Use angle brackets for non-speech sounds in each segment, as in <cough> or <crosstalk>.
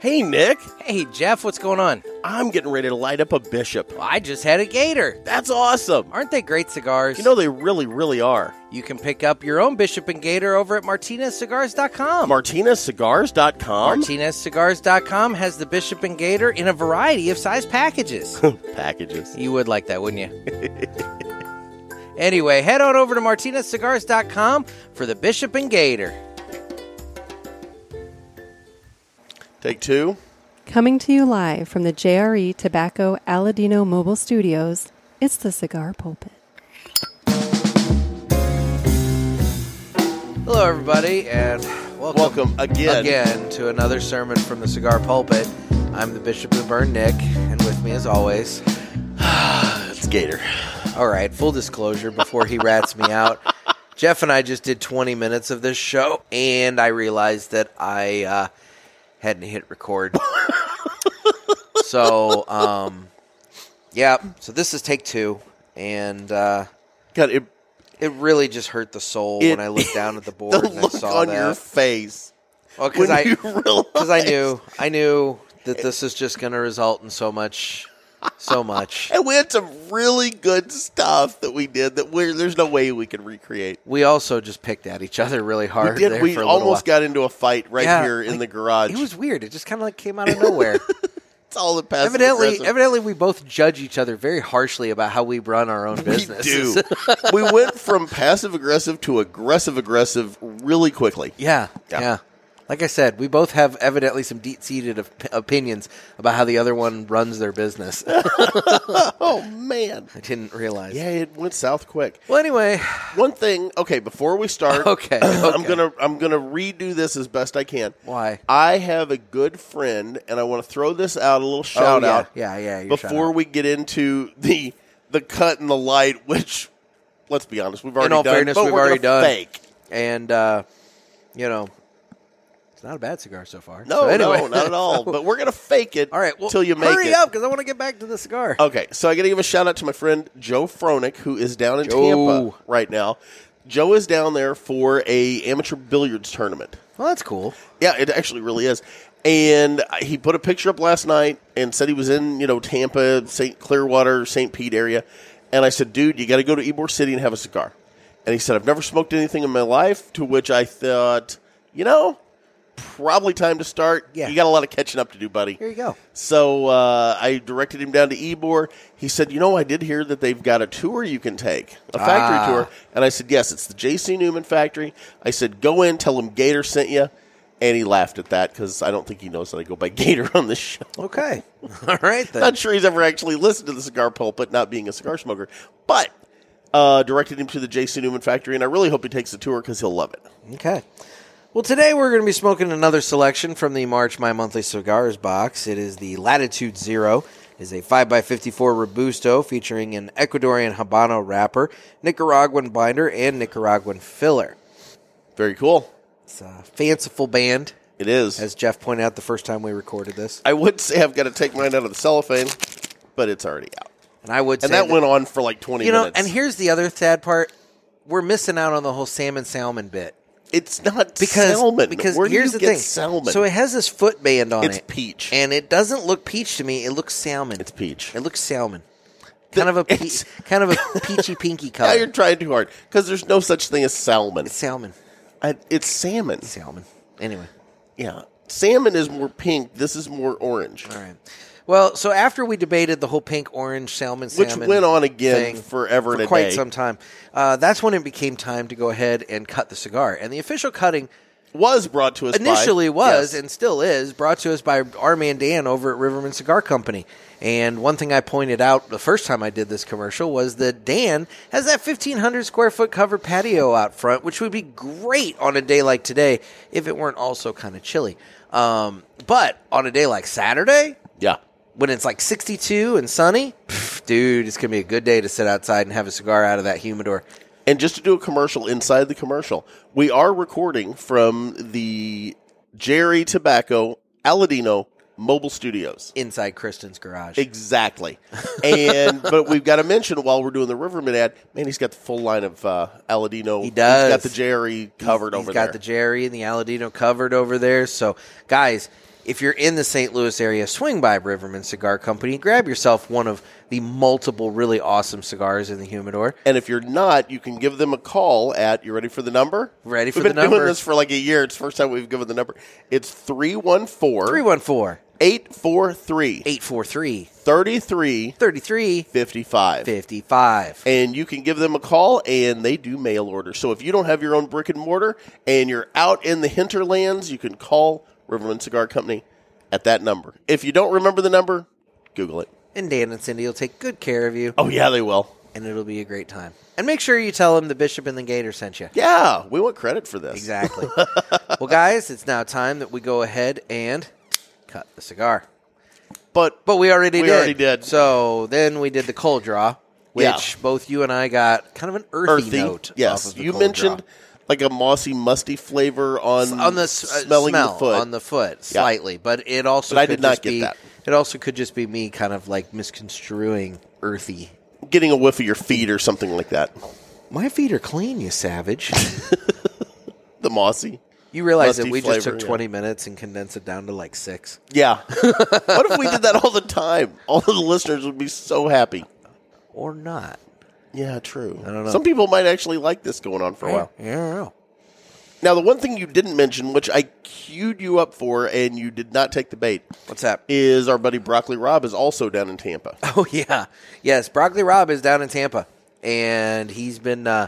Hey, Nick, Hey, Jeff, what's going on? I'm getting ready to light up a bishop. I just had a gator. That's awesome. Aren't they great cigars? You know, they really, really are. you can pick up your own Bishop and Gator over at martinezcigars.com. MartinezCigars.com. martinezcigars.com has the Bishop and Gator in a variety of <laughs> size packages. Packages. you would like that, wouldn't you? anyway, head on over to martinezcigars.com for the Bishop and Gator. Take two. Coming to you live from the JRE Tobacco Aladino Mobile Studios, it's the Cigar Pulpit. Hello, everybody, and welcome, Welcome again. again to another sermon from the Cigar Pulpit. I'm the Bishop of the Burn, Nick, and with me, as always, That's Gator. all right, full disclosure before he rats me out. Jeff and I just did 20 minutes of this show, and I realized that I uh, hadn't hit <laughs> record. so, um, yeah, so this is take two, and uh, God, it, it really just hurt the soul It- when I looked down at the <laughs> board the and I look saw on that. your face Well, <laughs> 'cause when I you <laughs> realize. because I knew I knew that this is just going to result in so much, so much. <laughs> And we had some really good stuff that we did that we're, there's no way we can recreate. We also just picked at each other really hard. We did. there We for a little almost while. got into a fight right Yeah, here in like, the garage. It was weird. It just kind of like came out of <laughs> nowhere. it's all the past. evidently, evidently, we both judge each other very harshly about how we run our own <laughs> business. <laughs> We do. we went from passive aggressive to aggressive aggressive really quickly. yeah, Yeah. yeah, Like I said, we both have evidently some deep-seated op- opinions about how the other one runs their business. <laughs> I Oh man. didn't realize. Yeah, it went south quick. Well, anyway, One thing, okay, before we start, <laughs> Okay, <clears throat> I'm okay. going to I'm going to redo this as best I can. Why? I have a good friend and I want to throw this out a little shout Oh, yeah. out Yeah, yeah. your shout before out. we get into the the cut and the light which let's be honest, we've already all done fairness, but we've we're already gonna done. fake. and uh, you know, it's not a bad cigar so far. No, So anyway. no, <laughs> not at all. But we're gonna fake it. all right, well, till you make hurry it. Oh. up because I want to get back to the cigar. Okay, so I got to give a shout out to my friend Joe Fronick, who is down in Joe. Tampa right now. Joe is down there for a amateur billiards tournament. well, that's cool. Yeah, it actually really is. And he put a picture up last night and said he was in you know Tampa, St. Clearwater, St. Pete area. And I said, dude, you got to go to Ybor City and have a cigar. And he said, I've never smoked anything in my life. To which I thought, you know, probably time to start. Yeah. you got a lot of catching up to do, buddy. Here you go. So uh, I directed him down to Ebor. He said, "You know, I did hear that they've got a tour you can take, a factory Ah. tour." And I said, "Yes, it's the J.C. Newman factory." I said, "Go in, tell him Gator sent you." And he laughed at that because I don't think he knows that I go by <laughs> Gator on this show. Okay, <laughs> all right then. Not sure he's ever actually listened to the cigar pulpit, not being a cigar smoker. But uh, directed him to the J.C. Newman factory, and I really hope he takes the tour because he'll love it. Okay. Well, today we're going to be smoking another selection from the March My Monthly Cigars box. It is the Latitude Zero. It is a 5x54 Robusto featuring an Ecuadorian Habano wrapper, Nicaraguan binder, and Nicaraguan filler. Very cool. It's a fanciful band, It is. as Jeff pointed out the first time we recorded this. I would <laughs> say I've got to take mine out of the cellophane, but it's already out. And I would say and that went on for like 20 you know, minutes. and here's the other sad part: we're missing out on the whole salmon salmon bit it's not because salmon. because Where do here's you the get thing: salmon. So it has this footband on It's it, peach. and it doesn't look peach to me. It looks salmon. it's peach. It looks salmon, kind of a pe- it's- kind <laughs> of a peachy pinky now color. you're trying too hard because there's no such thing as salmon. uh, It's salmon, I, it's salmon. salmon. Anyway, Yeah, salmon is more pink. This is more orange, all right. Well, so after we debated the whole pink orange salmon, which salmon went on again thing, forever and for a quite day. some time, uh, that's when it became time to go ahead and cut the cigar. And the official cutting was brought to us by- initially was Yes. and still is brought to us by our man Dan over at Riverman Cigar Company. And one thing I pointed out the first time I did this commercial was that Dan has that 1500 square foot covered patio out front, which would be great on a day like today if it weren't also kind of chilly. Um, but on a day like Saturday, yeah. when it's like 62 and sunny, pff, dude, it's going to be a good day to sit outside and have a cigar out of that humidor. And just to do a commercial inside the commercial, we are recording from the Jerry Tobacco Aladino Mobile Studios. Inside Kristen's garage. Exactly. <laughs> And but we've got to mention while we're doing the Riverman ad, man, he's got the full line of uh, Aladino. He does. He's got the Jerry covered He's over got there. the Jerry and the Aladino covered over there. So, guys, If you're in the St. Louis area, swing by Riverman Cigar Company. Grab yourself one of the multiple really awesome cigars in the humidor. And if you're not, you can give them a call at, you ready for the number? Ready we've for been the doing number. this for like a year. It's the first time we've given the number. It's 314 843 314-843-3355. 3355. and you can give them a call and they do mail order. So if you don't have your own brick and mortar and you're out in the hinterlands, you can call Riverman Cigar Company at that number. If you don't remember the number, Google it. And Dan and Cindy will take good care of you, Oh yeah, they will. and it'll be a great time. And make sure you tell them the bishop and the gator sent you. Yeah, we want credit for this. <laughs> Exactly. well, guys, it's now time that we go ahead and cut the cigar. But But we already We did. already did. So then we did the cold draw, which Yeah. both you and I got kind of an earthy, earthy, note. yes. off of the you cold mentioned draw. like a mossy, musty flavor on on the s- uh, smelling smell, the foot. on the foot slightly, but it also But I could did not just get be, that. It also could just be me kind of like misconstruing earthy. Getting a whiff of your feet or something like that. My feet are clean, you savage. The mossy. <laughs> you realize Musty that we just flavor, took yeah. 20 minutes and condensed it down to like six. Yeah. <laughs> what if we did that <laughs> all the time? All of the listeners would be so happy. Or not. Yeah, true. I don't know. Some people might actually like this going on for a while. Yeah, I don't know. Now, the one thing you didn't mention, which I queued you up for and you did not take the bait, What's that? is our buddy Broccoli Rob is also down in <laughs> Tampa. Oh yeah, yes. Broccoli Rob is down in Tampa, and he's been uh,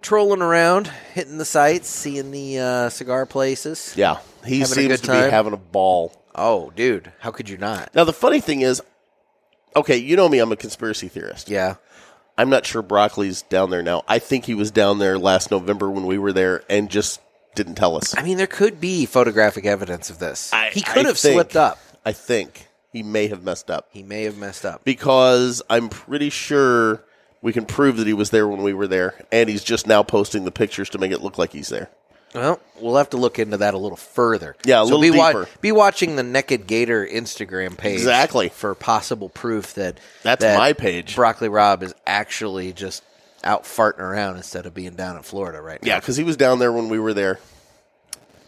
trolling around, hitting the sites, seeing the uh, cigar places. Yeah, he Having a seems good to be time. having a ball. Oh, dude, how could you not? Now, the funny thing is, okay, you know me, I'm a conspiracy theorist. Yeah, I'm not sure Broccoli's down there now. I think he was down there last November when we were there and just didn't tell us. I mean, there could be photographic evidence of this. I- he could I have think- slipped up. I think he may have messed up. He may have messed up. because I'm pretty sure we can prove that he was there when we were there, and he's just now posting the pictures to make it look like he's there. Well, we'll have to look into that a little further. Yeah, a so little be wa- deeper. be watching the Naked Gator Instagram page Exactly. for possible proof that That's that my page. Broccoli Rob is actually just out farting around instead of being down in Florida right now. Yeah, Oh, because he was down there when we were there.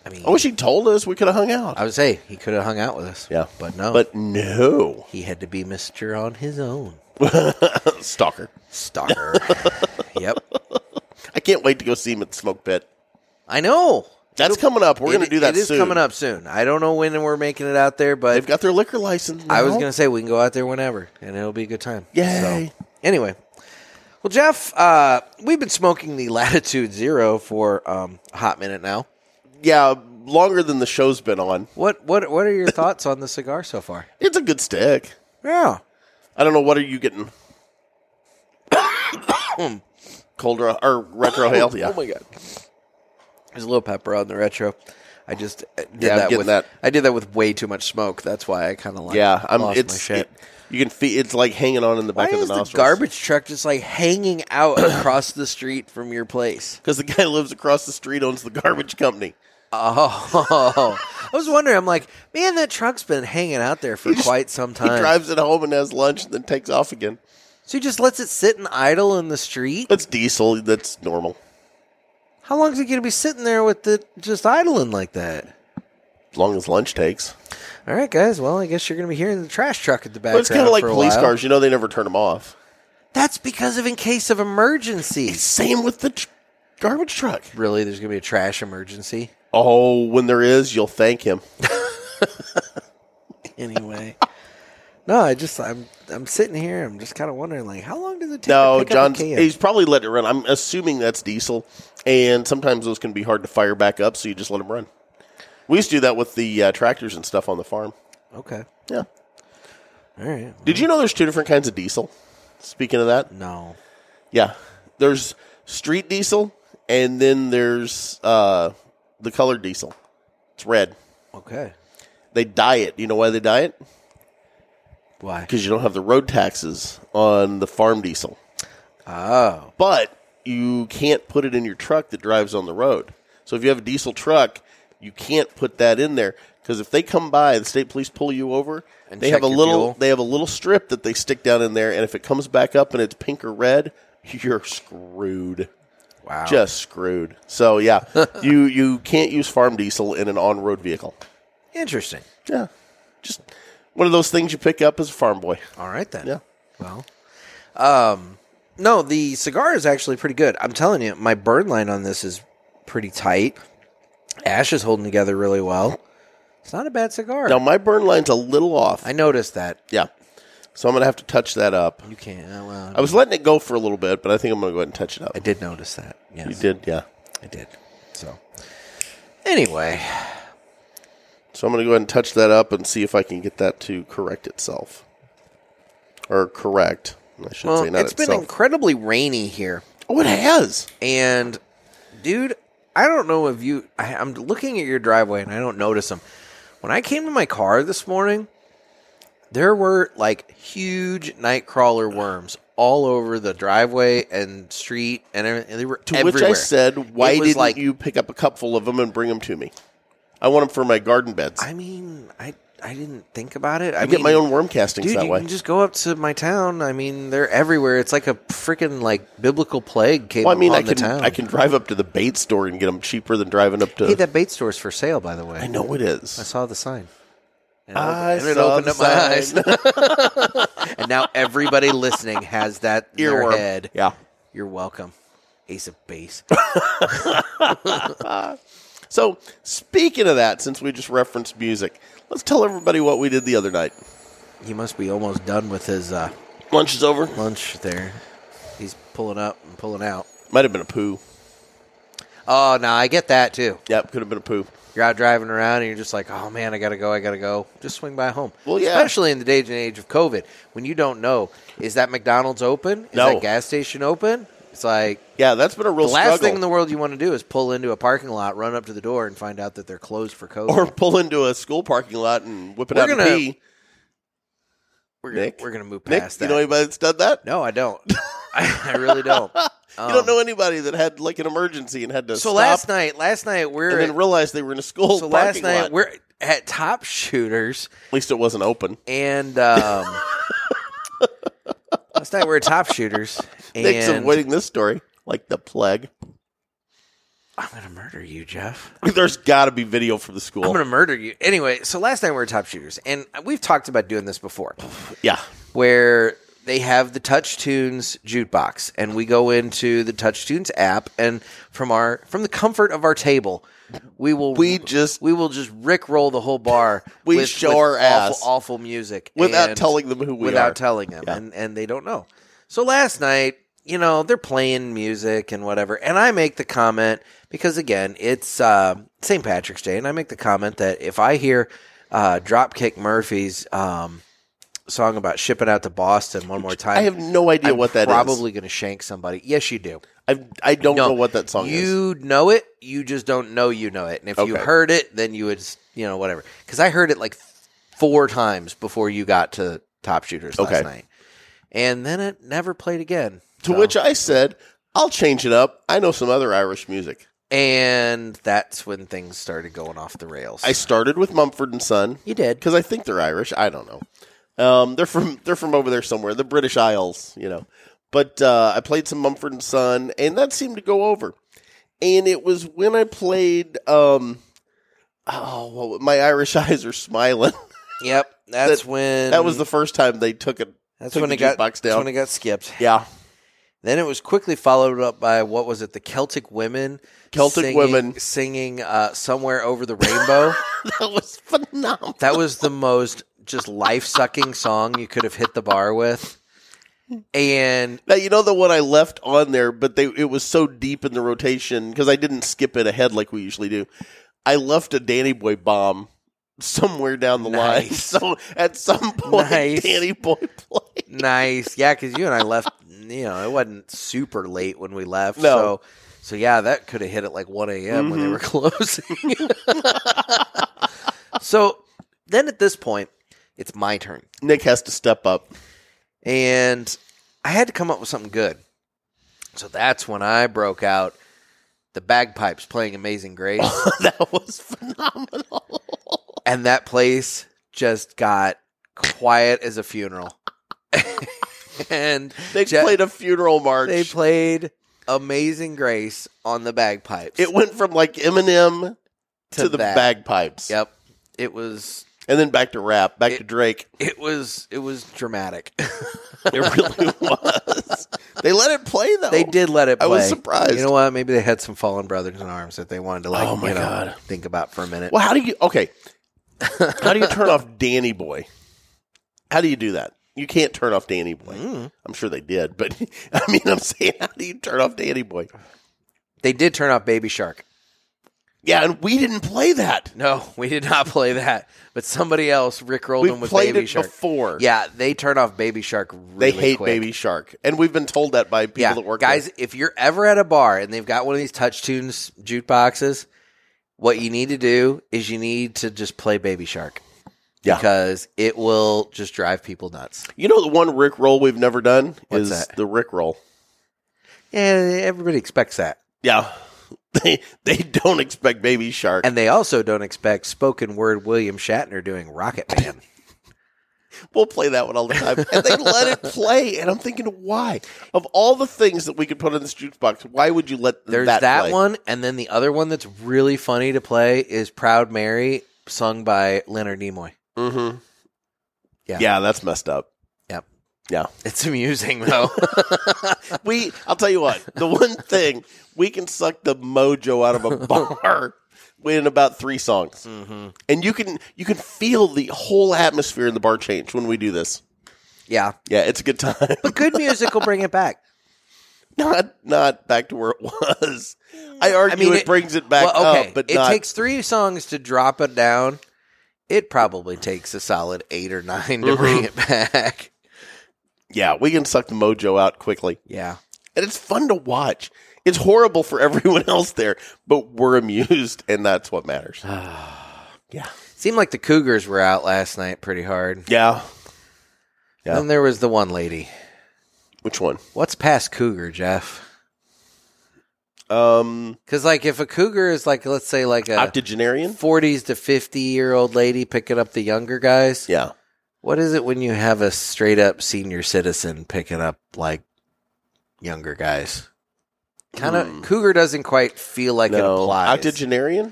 I mean, I wish he told us. We could have hung out. I would say he could have hung out with us. yeah, but no, but no, <laughs> he had to be Mister on his own. stalker. <laughs> Stalker. yep, I can't wait to go see him at the smoke pit. I know. That's coming up. We're It- going to do that. It is soon. coming up soon. I don't know when we're making it out there, but They've got their liquor license. I was now. going to say we can go out there whenever, and it'll be a good time. Yay. So, anyway, well, Jeff, uh, we've been smoking the <laughs> Latitude Zero for um, a hot minute now. Yeah, longer than the show's been on. What what what are <laughs> your thoughts on the cigar so far? It's a good stick. Yeah, I don't know. What are you getting? <coughs> Cold or, or retro hail? Yeah. Oh my god. There's a little pepper on the retro. I just uh, did Yeah, I'm that getting with that. I did that with way too much smoke. That's why I kind of like Yeah, I'm. lost it's my shit. it- you can feel it's like hanging on in the why back of is the the nostrils. garbage truck just like hanging out <coughs> across the street from your place? because the guy <laughs> lives across the street, owns the garbage company. Oh, <laughs> I was wondering. I'm like, man, that truck's been hanging out there for just- quite some He time. drives it home and has lunch, and then takes off again. so he just lets it sit and idle in the street. That's diesel. That's normal. How long is it going to be sitting there with it just idling like that? As long as lunch takes. All right, guys. Well, I guess you're going to be hearing the trash truck at the back. But it's kind of like police cars. You know, they never turn them off. That's because of in case of emergencies. Same with the tr- garbage truck. Really, there's going to be a <laughs> trash emergency Oh, when there is, you'll thank <laughs> him. anyway. <laughs> no, I just I'm I'm sitting here. I'm just kind of wondering, like, how long does it take? No, to pick John's Up a can? He's probably letting it run. I'm assuming that's diesel, and sometimes those can be hard to fire back up, so you just let them run. We used to do that with the uh, tractors and stuff on the farm. okay. Yeah. All right. Did you know there's two different kinds of diesel? Speaking of that, No. yeah, there's street diesel and then there's uh, the colored diesel. It's red. Okay. They dye it. You know why they dye it? Why? Because you don't have the road taxes on the farm diesel. Oh, But you can't put it in your truck that drives on the road. So if you have a diesel truck, you can't put that in there because if they come by, the state police pull you over. And they check have a your little fuel. they have a little strip that they stick down in there, and if it comes back up and it's pink or red, <laughs> you're screwed. wow. <laughs> Just screwed. So yeah, you you can't use farm diesel in an on road vehicle. Interesting. Yeah. Just one of those things you pick up as a farm boy. All right then. Yeah. Well, um, no, the cigar is actually pretty good. I'm telling you, my burn line on this is pretty tight. Ash is holding together really well. It's not a bad cigar. Now, my burn line's a little off. I noticed that. yeah. So I'm going to have to touch that up. You can't. uh, well, I was letting it go for a little bit, but I think I'm going to go ahead and touch it up. I did notice that. Yes, You did, yeah. I did. So, anyway, So I'm going to go ahead and touch that up and see if I can get that to correct itself. Or correct. I should well, say not it's been itself. incredibly rainy here, oh, it has. and dude, I don't know if you. I, I'm looking at your driveway, and I don't notice them. When I came to my car this morning, there were like huge night crawler worms all over the driveway and street, and everything. They were To everywhere. which I said, why It was didn't like- you pick up a cupful of them and bring them to me? I want them for my garden beds. I, I mean, I I didn't think about it. I, get mean, my own worm castings Dude, that you way. can just go up to my town. I mean, they're everywhere. It's like a freaking like biblical plague came Well, I mean, upon I can the town. I can drive up to the bait store and get them cheaper than driving up to. Hey, that bait store's for sale, by the way. I know it I is. saw the sign. And it, I opened- and it saw opened the up my eyes. <laughs> and now everybody listening has that in <laughs> their Earworm. head. Yeah. You're welcome. Ace of base. So speaking of that, since we just referenced music, let's tell everybody what we did the other night. he must be almost done with his uh, Lunch is over. lunch there. He's pulling up and pulling out. Might have been a poo. Oh, no, I get that too. Yep, could have been a poo. You're out driving around and you're just like, oh man, I gotta go, I gotta go. Just swing by home. Well, yeah. Especially in the day and age of COVID, when you don't know, is that McDonald's open? Is No. that gas station open? It's like Yeah, that's been a real the last struggle. thing in the world you want to do is pull into a parking lot, run up to the door, and find out that they're closed for <laughs> COVID. or pull into a school parking lot and whip it We're out gonna- and pee. we're, gonna, Nick? we're gonna move Nick, past you that. know anybody that's done that? no, <laughs> I don't. I, I really don't. Um, you don't know anybody that had like an emergency and had to So stop last night, last night we're and then at- realized they were in a school so last parking night lot. we're at Top Shooters. At least it wasn't open. and um, <laughs> last night we were top shooters. Nick's And avoiding this story like the plague. <laughs> I'm gonna murder you, Jeff. There's got to be video from the I'm school. gonna murder you. Anyway, so last night we were top shooters, and we've talked about doing this before, yeah. where they have the Touch Tunes jukebox, and we go into the Touch Tunes app, and from our from the comfort of our table, we will We just- we will just rickroll the whole bar. <laughs> We show our awful, ass. awful music Without and- telling them who we without are. telling them, Yeah. and and they don't know. So last night, you know, they're playing music and whatever, and I make the comment because again, it's uh, St. Patrick's Day, and I make the comment that if I hear uh, Dropkick Murphys. Um, Song about shipping out to Boston one more time. I have no idea I'm what that is. probably going to shank somebody. Yes, you do. I I don't know what that song is. You know it. You just don't know you know it. And if you Okay. heard it, then you would, s- you know, whatever. Because I heard it like four times before you got to Top Shooters last Okay. night, and then it never played again. To which I said, I'll change it up. I know some other Irish music. and that's when things started going off the rails. I started with Mumford and Son you did. because I think they're Irish. I don't know. Um, they're from <laughs> they're from over there somewhere, the British Isles, you know. But uh, I played some Mumford and Son, and that seemed to go over. And it was when I played, um, oh, well, my Irish <laughs> eyes are smiling. Yep. That's when. that was the first time they took it. Mm-hmm. That's took when the it got. jukebox That's down. when it got skipped. Yeah, <laughs> Then it was quickly followed up by what was it? The Celtic women, Celtic singing, women. singing uh, "Somewhere Over <laughs> the Rainbow." that was phenomenal. that was the most just life sucking song you could have hit the bar with. And Now you know the one I left on there, but they it was so deep in the rotation because I didn't skip it ahead like we usually do. I left a Danny Boy bomb somewhere down the line, <laughs> Nice. so at some point Nice. Danny Boy played. nice, yeah, because you and I left. You know, it wasn't super late when we left. No. Mm-hmm. So, so yeah, that could have hit at like one a.m. when they were <laughs> closing. <laughs> so then at this point, it's my turn, Nick has to step up. <laughs> and I had to come up with something good. So that's when I broke out the bagpipes playing "Amazing Grace." <laughs> that was phenomenal. and that place just got quiet as a funeral. <laughs> and They Je- played a funeral march. they played Amazing Grace on the bagpipes. it went from like Eminem to, the that. bagpipes. Yep. It was and then back to rap, back to Drake. <laughs> it was it was dramatic. <laughs> It really was. They let it play though. they did let it Oh. I play. was surprised. You know what? Maybe they had some fallen brothers in arms that they wanted to like Oh, my you know, God. think about for a minute. Well, how do you? Okay, how do you turn off Danny Boy? How do you do that? You can't turn off Danny Boy. Mm. I'm sure they did, but <laughs> I mean, I'm saying, how do you turn off Danny Boy? They did turn off Baby Shark. Yeah, and we didn't play that. No, <laughs> we did not play that. But somebody else rickrolled We them with played Baby it Shark. before. Yeah, they turn off Baby Shark They really hate quick. Baby Shark, and we've been told that by people yeah, that work guys, there. if you're ever at a bar and they've got one of these touch tunes jukeboxes, what you need to do is you need to just play Baby Shark. Yeah. Because it will just drive people nuts. You know the one Rick roll we've never done What's is that? the Rick roll. Yeah, everybody expects that. Yeah, <laughs> they they don't expect Baby Shark. And they also don't expect spoken word William Shatner doing Rocket Man. We'll play that one all the time. And they let it play. And I'm thinking, why? Of all the things that we could put in this jukebox, why would you let There's that that, play? one, and then the other one that's really funny to play is "Proud Mary," sung by Leonard Nimoy. Mm-hmm. Yeah. Yeah. that's messed up. Yep, Yeah. it's amusing <laughs> though. We, I'll tell you what, the one thing we can suck the mojo out of <laughs> a bar in about three songs. Mm-hmm. And you can, you can feel the whole atmosphere in the bar change when we do this. yeah, Yeah, it's a good time. <laughs> good music will bring it back. not, not back to where it was. I argue it, brings it <laughs> back well, okay, up, but it not, takes three songs to drop it down. It probably takes a solid eight or nine Mm-hmm. to bring it back. yeah, we can suck the mojo out quickly. Yeah, and it's fun to watch. It's horrible for <laughs> everyone else there, but we're amused, and that's what matters. Ah. yeah, seemed like the Cougars were out last night pretty hard. yeah. Yeah. Then there was the one lady. Which one? What's past Cougar, Jeff? Um, eh. Because like if a cougar is like let's say like a octogenarian. forties to fifty year old lady picking up the younger guys, Yeah, what is it when you have a straight up senior citizen picking up like younger guys? Kind of Hmm. cougar doesn't quite feel like it no, applies. octogenarian.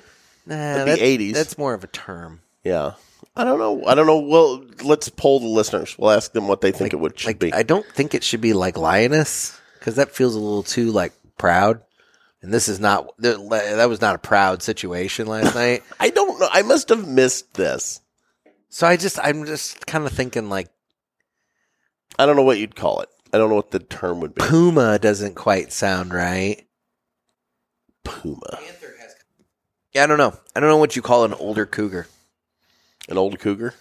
nah, That'd that- be eighties. That's more of a term. yeah. I don't know. I don't know. Well, let's poll the listeners. We'll ask them what they think Like- it would should like, be. I don't think it should be like lioness because that feels a little too like proud. And this is not that that was not a proud <laughs> situation last night. I don't know. I must have missed this. So I just I'm just kind of thinking like I don't know what you'd call it. I don't know what the term would be. Puma doesn't quite sound right. Puma, Yeah, I don't know. I don't know what you call an older cougar. an old cougar.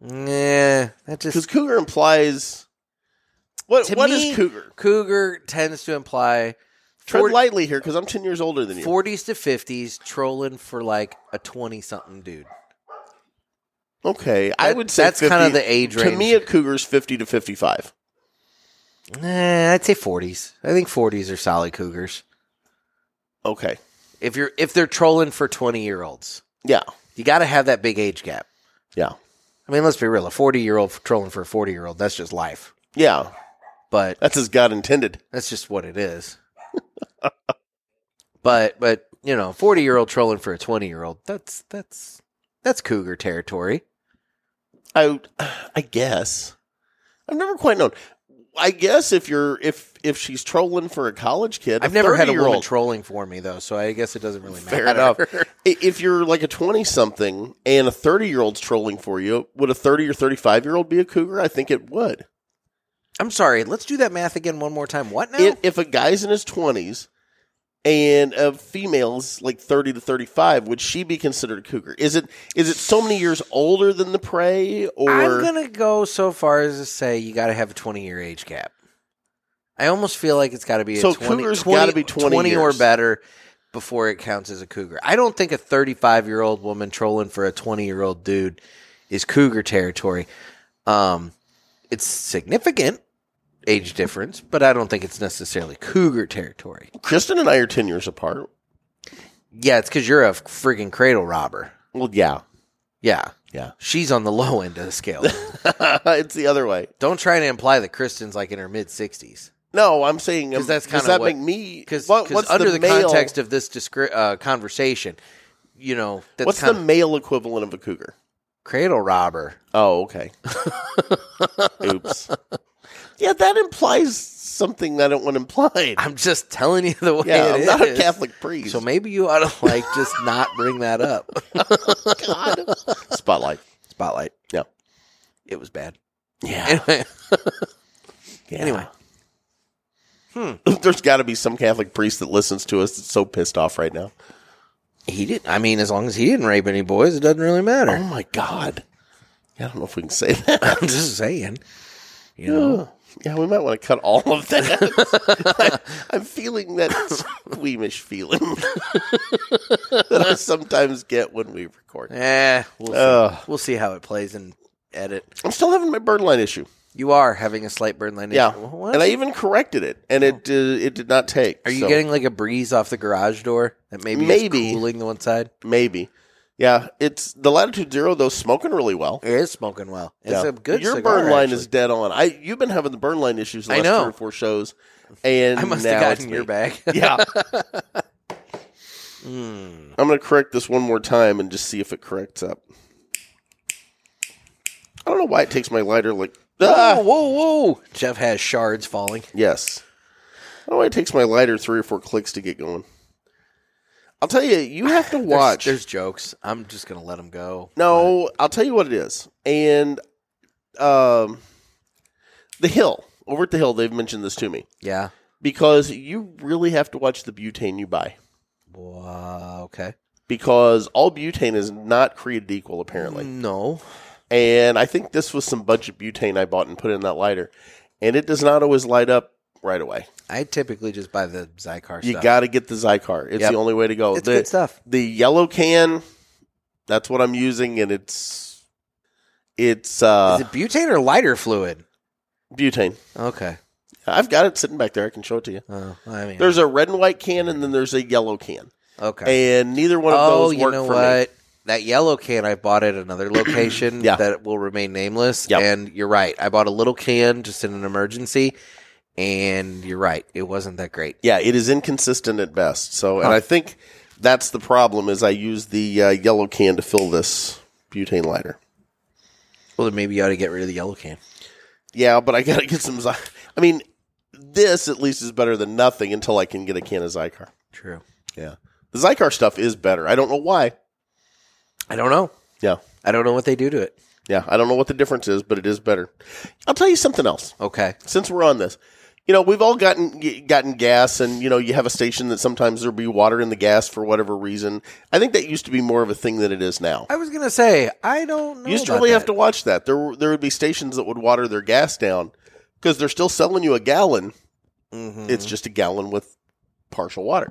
Yeah, that Because just cougar implies what? To What is me- cougar? cougar tends to imply Tread 40 lightly here because I'm 10 years older than you. 40s to 50s trolling for like a 20 something dude. okay. I That- would say that's 50 kinda the age To range. me, a cougar's 50 to 55. Nah, I'd say 40s. I think 40s are solid cougars. Okay. If you're if they're trolling for 20 year olds, Yeah. you got to have that big age gap. Yeah. I mean, let's be real. A 40 year old trolling for a 40 year old, that's just life. Yeah. But That's as God intended. That's just what it is. but but you know, forty year old trolling for a twenty year old, that's that's that's cougar territory. I, I guess. I've never quite known. I guess if you're if if she's trolling for a college kid, I've never had a woman old, trolling for me though, so I guess it doesn't really matter. Fair enough. if you're like a twenty something and a thirty year old's trolling for you, would a thirty or thirty five year old be a cougar? I think it would. <laughs> I'm sorry, let's do that math again one more time. What now? if, if a guy's in his 20s and a female's like 30 to 35 would she be considered a cougar is it is it so many years older than the prey or I'm gonna go so far as to say you gotta have a twenty year age gap. I almost feel like it's gotta be a So 20, cougar's 20 gotta be 20 or years. better before it counts as a cougar. I don't think a thirty five year old woman trolling for a twenty year old dude is cougar territory. Um it's significant age difference, but I don't think it's necessarily cougar territory. kristen and i are 10 years apart Yeah, it's because you're a freaking cradle robber. well yeah <laughs> Yeah. yeah She's on the low end of <laughs> the scale. it's the other way don't try to imply that Kristen's like in her mid sixties. no i'm saying um, 'Cause that's does kinda that what- make me because what- what's under the, male- context of this discri- uh, conversation, you know, that's What's the kind of male equivalent of a cougar? cradle robber. Oh, <laughs> okay. Oops. Yeah, that implies something I don't want implied. I'm just telling you the way yeah, it I'm not a is. Catholic priest. So maybe you ought to like just not bring that up. God. <laughs> Spotlight. Spotlight. Yeah. It was bad. <laughs> Yeah. Anyway, yeah. anyway. <laughs> There's got to be some Catholic priest that listens to us that's so pissed off right now. he didn't. I mean, as long as he didn't rape any boys, it doesn't really matter. Oh my God. Yeah, I don't know if we can say that. <laughs> I'm just saying. You know, yeah, we might want to cut all of that. <laughs> I, am feeling that squeamish feeling <laughs> that I sometimes get when we record. eh, we'll see. Ugh. we'll see how it plays and edit. I'm still having my bird line issue. You are having a slight burn line. Yeah, issue. What? and I even corrected it, and it uh, it did not take. are you so getting like a breeze off the garage door that maybe Maybe. is cooling the one side? maybe? Yeah, it's the latitude zero though smoking really well. It is smoking well. It's Yeah. a good. Your cigar, burn line actually. is dead on. I you've been having the burn line issues the I last know. three or four shows, and I must now have it's gotten me. <laughs> your back. <laughs> Yeah, Hmm. I'm gonna correct this one more time and just see if it corrects up. I don't know why it takes my lighter like Whoa, ah! whoa, whoa! Jeff has shards falling. yes. I don't know why it takes my lighter three or four clicks to get going. I'll tell you, you have to There's- watch. There's, jokes. I'm just gonna let them go. No, I'll tell you what it is. And um, the hill over at the hill, they've mentioned this to me Yeah. because you really have to watch the butane you buy Wow. Okay. because all butane is not created equal Mm-hmm. apparently. No. And I think this was some bunch of butane I bought and put in that lighter, and it does not always light up right away. I typically just buy the Zycar You stuff. got to get the Zycar. It's Yep. the only way to go. it's the, good stuff. the yellow can, that's what I'm using, and it's it's uh, Is it butane or lighter fluid? butane. Okay. I've got it sitting back there. I can show it to you. Oh, I mean, There's a red and white can, and then there's a yellow can, okay. and neither one of oh, those you work know for me. what? That yellow can I bought at <clears throat> another location Yeah. that will remain nameless. Yep. And you're right. I bought a little can just in an emergency. And you're right. It wasn't that great. Yeah, it is inconsistent at best. So, and Huh. I think that's the problem. Is I use the uh, yellow can to fill this butane lighter. Well, then maybe you ought to get rid of the yellow can. Yeah, but I gotta <laughs> get some. Zy- I mean, this at least is better than nothing until I can get a can of Zycar. True. Yeah, the Zycar stuff is better. I don't know why. I don't know. Yeah, I don't know what they do to it. yeah, I don't know what the difference is, but it is better. I'll tell you something else. Okay. since we're on this, you know, we've all gotten g- gotten gas, and you know, you have a station that sometimes there'll be water in the gas for whatever reason. I think that used to be more of a thing than it is now. I was gonna say I don't know. You used to about really have that. to watch that. There were, there would be stations that would water their gas down because they're still selling you a gallon. Mhm. It's just a gallon with partial water,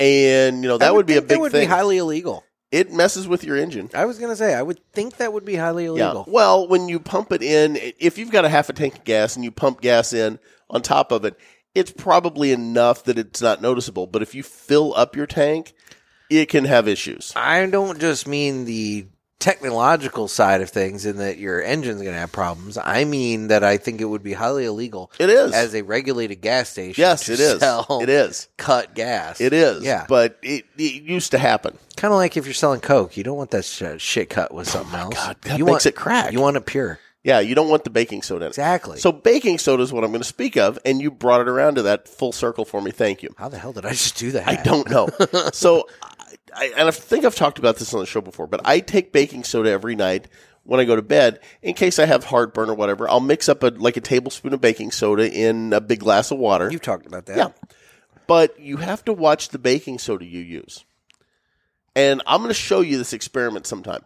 and you know that I would, be a think big That would thing. be highly illegal. it messes with your engine. I was gonna say I would think that would be highly illegal. Yeah. Well, when you pump it in, i- if you've got a half a tank of gas and you pump gas in on top of it, it's probably enough that it's not noticeable. But if you fill up your tank, it can have issues. I don't just mean the technological side of things and that your engine's going to have problems. I mean that I think it would be highly illegal It is. as a regulated gas station. yes, to it is. Sell It is. Cut gas. It is. Yeah. But it, it used to happen. Kind of like if you're selling Coke, you don't want that sh- shit cut with something else. Oh God, that you makes want, it crack. You want it pure. Yeah, you don't want the baking soda in it. Exactly. So baking soda is what I'm going to speak of, and you brought it around to that full circle for me. Thank you. how the hell did I just do that? I don't <laughs> know. so, I, I, and I think I've talked about this on the show before, but I take baking soda every night when I go to bed in case I have heartburn or whatever. I'll mix up a like a tablespoon of baking soda in a big glass of water. You've talked about that. yeah, but you have to watch the baking soda you use, and I'm going to show you this experiment sometime.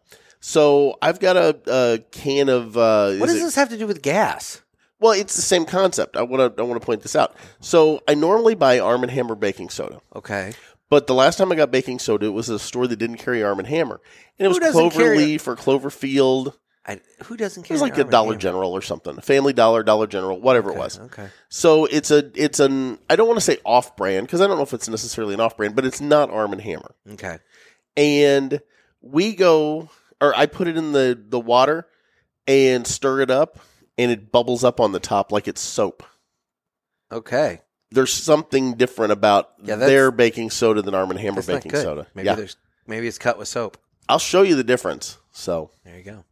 So I've got a, a can of uh, What is does it- this have to do with gas? Well, it's the same concept. I want to I want to point this out. So I normally buy Arm and Hammer baking soda. Okay. But the last time I got baking soda, it was at a store that didn't carry Arm and Hammer, and it was Who doesn't carry- Cloverleaf or Cloverfield. It I, who doesn't care? was like a Dollar General or something, Family Dollar, Dollar General, whatever it was. Okay. So it's a it's an I don't want to say off brand because I don't know if it's necessarily an off brand, but it's not Arm and Hammer. Okay. And we go, or I put it in the the water and stir it up, and it bubbles up on the top like it's soap. Okay. There's something different about Yeah, that's- their baking soda than Arm and Hammer That's not baking good. soda. Maybe yeah. there's Maybe it's cut with soap. I'll show you the difference. So, There you go.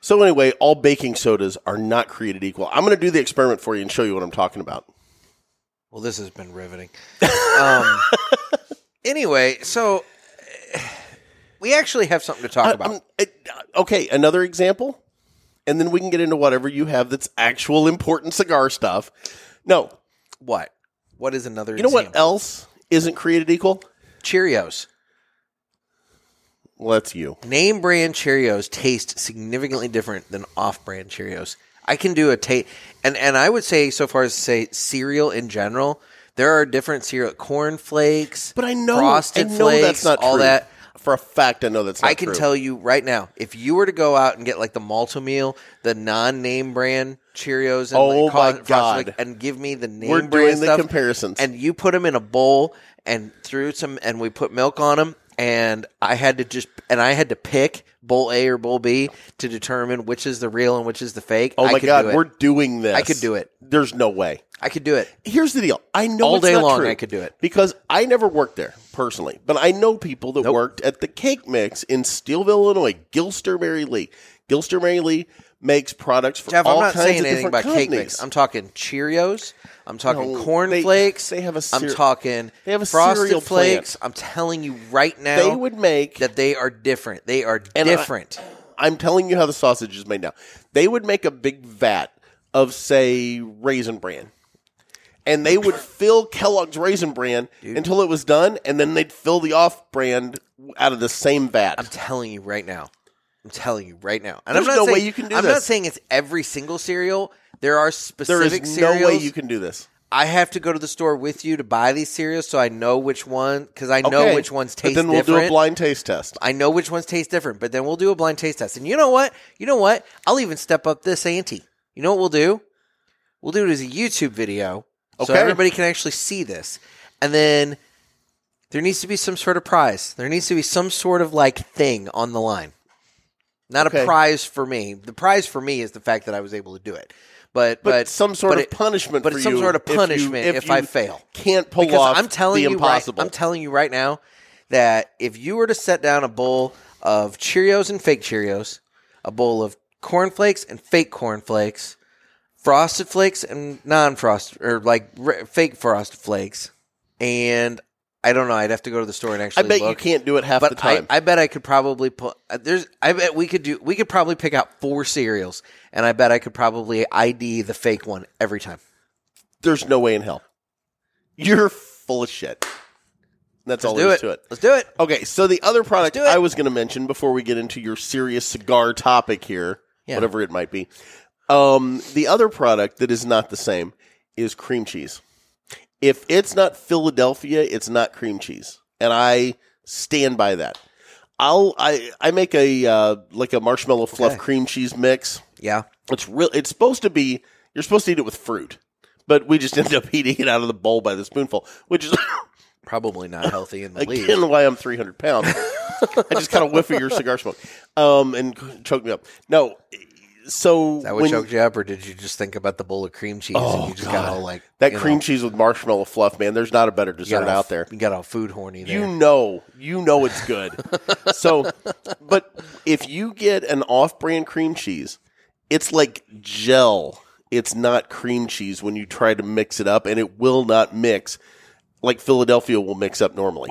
so anyway, all baking sodas are not created equal. I'm going to do the experiment for you and show you what I'm talking about. Well, this has been <laughs> riveting. Um, anyway, so eh, we actually have something to talk I- about. I'm- Uh, um, it- uh, okay, another example, and then we can get into whatever you have that's actual important cigar stuff. No, what? What is another? you know what example? else isn't created equal? Cheerios. Well, that's you. Name brand Cheerios taste significantly different than off brand Cheerios. I can do a taste, and and I would say so far as to say cereal in general, there are different cereal corn flakes, But I know, frosted I know flakes, that's not all true. that. For a fact, I know that's not I can true. tell you right now, if you were to go out and get like the Malto meal, the non-name brand Cheerios, and Oh like, my Frosted God. Flakes, and give me the name We're brand doing the stuff, comparisons. and you put them in a bowl and threw some, and we put milk on them, and I had to just, and I had to pick bowl A or bowl B to determine which is the real and which is the fake. Oh I my could god, do it. we're doing this. I could do it. There's no way. I could do it. Here's the deal. I know All it's day not long true I could do it. because I never worked there personally, but I know people that worked at the Cake Mix in Steelville, Illinois. Gilster Mary Lee. Gilster Mary Lee makes products for Jeff, all I'm not kinds saying of anything different about companies. cake mix. I'm talking Cheerios. I'm talking No, corn they- flakes. they have a I'm cere- talking they have a frosted cereal plant. flakes. I'm telling you right now, they would make that they are different. They are And I- different. I'm telling you how the sausage is made now. They would make a big vat of, say, raisin bran. And they <laughs> would fill Kellogg's raisin bran until it was done, and then they'd fill the off brand out of the same vat. I'm telling you right now. I'm telling you right now. And There's I'm not no saying, way you can do I'm not this. saying it's every single cereal. There are there specific is no cereals. way you can do this. I have to go to the store with you to buy these cereals, so I know which one because I know Okay. which ones But taste then we'll different. do a blind taste test. I know which ones taste different, but then we'll do a blind taste test. And you know what? You know what? I'll even step up this ante. You know what we'll do? We'll do it as a YouTube video so Okay. everybody can actually see this. And then there needs to be some sort of prize. There needs to be some sort of like thing on the line. Not Okay. a prize for me. The prize for me is the fact that I was able to do it. But But, but some sort but of it- punishment But for it's some you sort of if you- punishment if, I you fail Can't pull because off I'm telling the you impossible. Right, I'm telling you right now that if you were to set down a bowl of Cheerios and fake Cheerios, a bowl of cornflakes and fake cornflakes, frosted flakes and non-frost or like re- fake frosted flakes, and I don't know, I'd have to go to the store and I actually bet you look. can't do it half But the time. I, I bet I could probably put uh, there's I bet we could do we could probably pick out four cereals and I bet I could probably ID the fake one every time. There's no way in hell. You're full of shit. That's all Let's there do is it. to it. Let's do it. Okay, so the other product Let's do it. I was going to mention before we get into your serious cigar topic here, Yeah. whatever it might be, um, the other product that is not the same is cream cheese. If it's not Philadelphia, it's not cream cheese, and I stand by that. I'll I I make a uh, like a marshmallow fluff Okay. cream cheese mix. Yeah. It's real. It's supposed to be. You're supposed to eat it with fruit, but we just <laughs> end up eating it out of the bowl by the spoonful, which is <laughs> probably not healthy in the least. Again, why I'm 300 pounds. I just kind of whiff of your cigar smoke um, and choked me up. No, so That would when- Oh, choke you up, or did you just think about the bowl of cream cheese and you just got all like that you cream know, cheese with marshmallow fluff, man, there's not a better you got dessert all- out there. You got all food horny there. You know, you know it's good. so, but if you get an off-brand cream cheese, it's like gel. It's not cream cheese when you try to mix it up, and it will not mix like Philadelphia will mix up normally.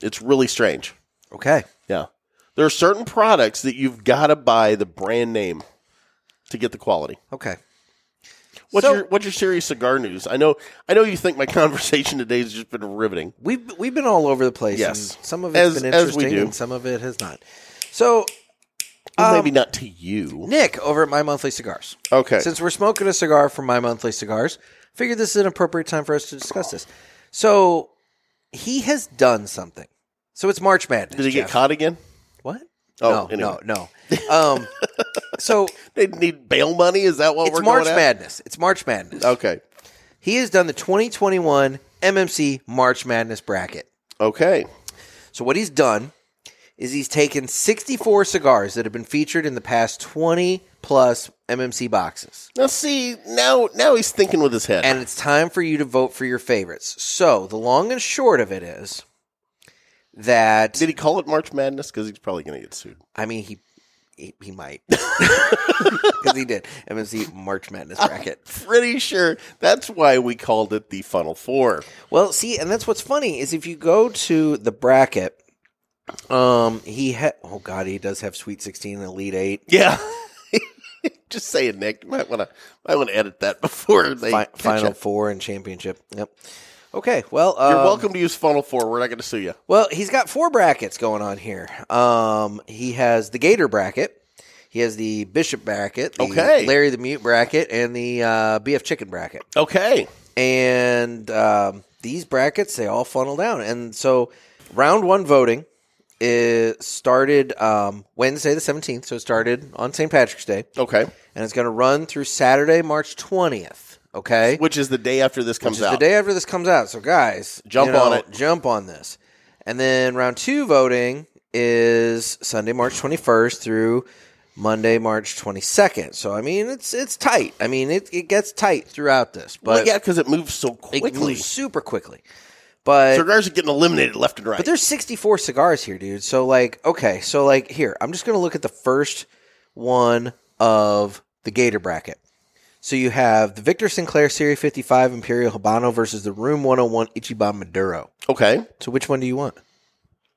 It's really strange. okay, Yeah. There are certain products that you've got to buy the brand name to get the quality. okay. What's So- your what's your serious cigar news? I know I know you think my <laughs> conversation today has just been riveting. We've we've been all over the place. Yes. and some of it's As- been as we interesting, do. and some of it has not. So, Well, Um, maybe not to you. Nick over at My Monthly Cigars. Okay. Since we're smoking a cigar from My Monthly Cigars, figured this is an appropriate time for us to discuss this. So, he has done something. So it's March Madness. Did he get Jeff. caught again? What? Oh, no, anyway. no, no. Um, <laughs> so They need bail money? Is that what it's Oh, we're March going Oh. at? Madness. It's March Madness. Okay. He has done the 2021 MMC March Madness bracket. Okay. So what he's done is he's taken 64 cigars that have been featured in the past 20 plus MMC boxes. Now see, now now he's thinking with his head. And it's time for you to vote for your favorites. So the long and short of it is that Did he call it March Madness? Because he's probably going to get sued. I mean, he he, <laughs> he might <laughs> because he did MSC March Madness bracket. Pretty sure that's why we called it the Funnel Four. Well, see, and that's what's funny is if you go to the bracket, um, he ha- oh god, he does have Sweet Sixteen, Elite Eight, Yeah. <laughs> Just saying, Nick. You might want to might want to edit that before they fi- catch Final it. Four, and Championship. Yep. Okay, well, um, You're welcome to use Funnel Four. We're not going to sue you. Well, he's got four brackets going on here. Um, he has the Gator bracket, he has the Bishop bracket, the Okay. Larry the Mute bracket, and the uh, BF Chicken bracket. Okay. and um, these brackets they all funnel down and so round one voting is started um, wednesday the 17th so it started on st patrick's day Okay. and it's going to run through saturday march 20th okay Which is the day after this comes which is out. the day after this comes out. So guys, Jump on it. Jump on this. And then round two voting is Sunday, March twenty first through Monday, March twenty second. So I mean, it's it's tight. I mean, it, it gets tight throughout this, well, but yeah, because it moves so it quickly. moves super quickly. But Cigars are getting eliminated left and right. but there's 64 cigars here, dude. So like, okay, so like here, I'm just gonna look at the first one of the Gator bracket. So you have the Victor Sinclair Serie 55 Imperial Habano versus the Room 101 Ichiban Maduro. okay. So which one do you want?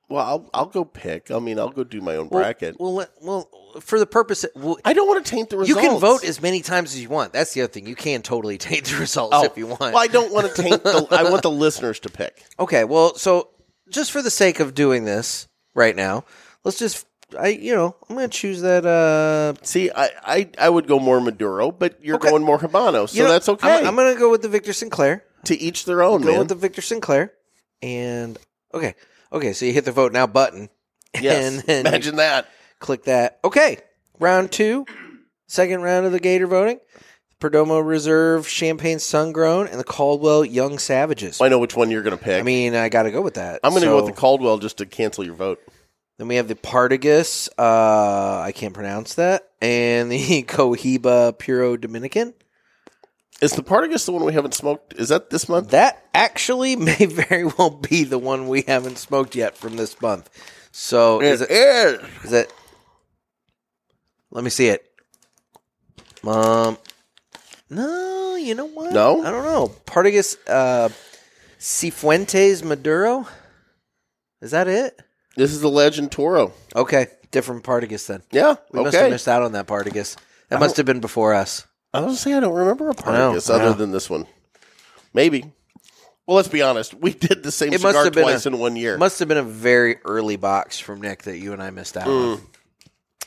Well, I'll, I'll go pick. I mean, I'll go do my own bracket. Well, let- well, for the purpose, well, I don't want to taint the you results. can vote as many times as you want. That's the other thing. You can totally <laughs> take the results Oh, if you want. Well, I don't want to taint. The, I want the listeners to pick. Okay, well, so just for the sake of doing this right now, let's just I you know, I'm going to choose that uh See, I, I, I would go more Maduro, but you're Okay. going more Habano, so you know, that's okay. I'm, I'm going to go with the Victor Sinclair. to each their own, Go man. with the Victor Sinclair and okay. Okay, so you hit the vote now button. yes. And then Imagine that. click that. Okay. Round 2. Second round of the Gator voting. Perdomo Reserve Champagne Sun Grown and the Caldwell Young Savages. Well, I know which one you're going to pick. I mean, I got to go with that. I'm going to So- go with the Caldwell just to cancel your vote. Then we have the Partagas, uh, I can't pronounce that, and the <laughs> Cohiba Puro Dominican. Is the Partagas the one we haven't smoked? Is that this month? That actually <laughs> may very well be the one we haven't smoked yet from this month. So is it? is. Is it? Let me see it. Um, no, you know what? No? I don't know. Partagas, uh, Cifuentes Maduro. Is that it? This is the Legend Toro. Okay, different Partagas then. Yeah. We must have okay. missed out on that Partagas. That I don't- must have been before us. I was gonna say I don't remember a I know, Partagas I other know. than this one. Maybe. Well, let's be honest. We did the same It must cigar have been twice a- in one year. Must have been a very early box from Nick that you and I missed out on.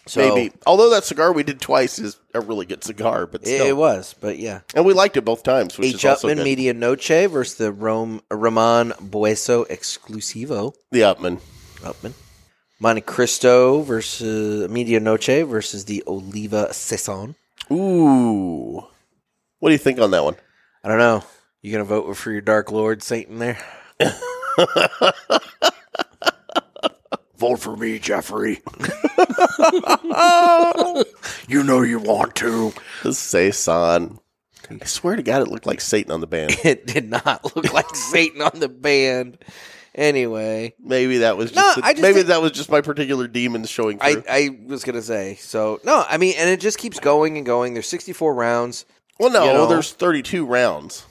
So Mm. Maybe. Although that cigar we did twice is a really good cigar, but it, still. it was, but yeah. and we liked it both times, which H. is also Upman good. Media Noche versus the Rome Roman Bueso Exclusivo the Upman. Upman. Monte Cristo versus Media Noche versus the Oliva Saison. Ooh. What do you think on that one? I don't know. You gonna vote for your Dark Lord Satan there? <laughs> Vote for me, Jeffrey. <laughs> you know you want to. This Saison. I swear to God, it looked like Satan on the band. It did not <laughs> look like Satan on the band. Anyway, Maybe that was No, just, the- I just maybe think- that was just my particular demon showing through. I, I was gonna say so. No, I mean, and it just keeps going and going. There's 64 rounds. well, no, you know. there's 32 rounds.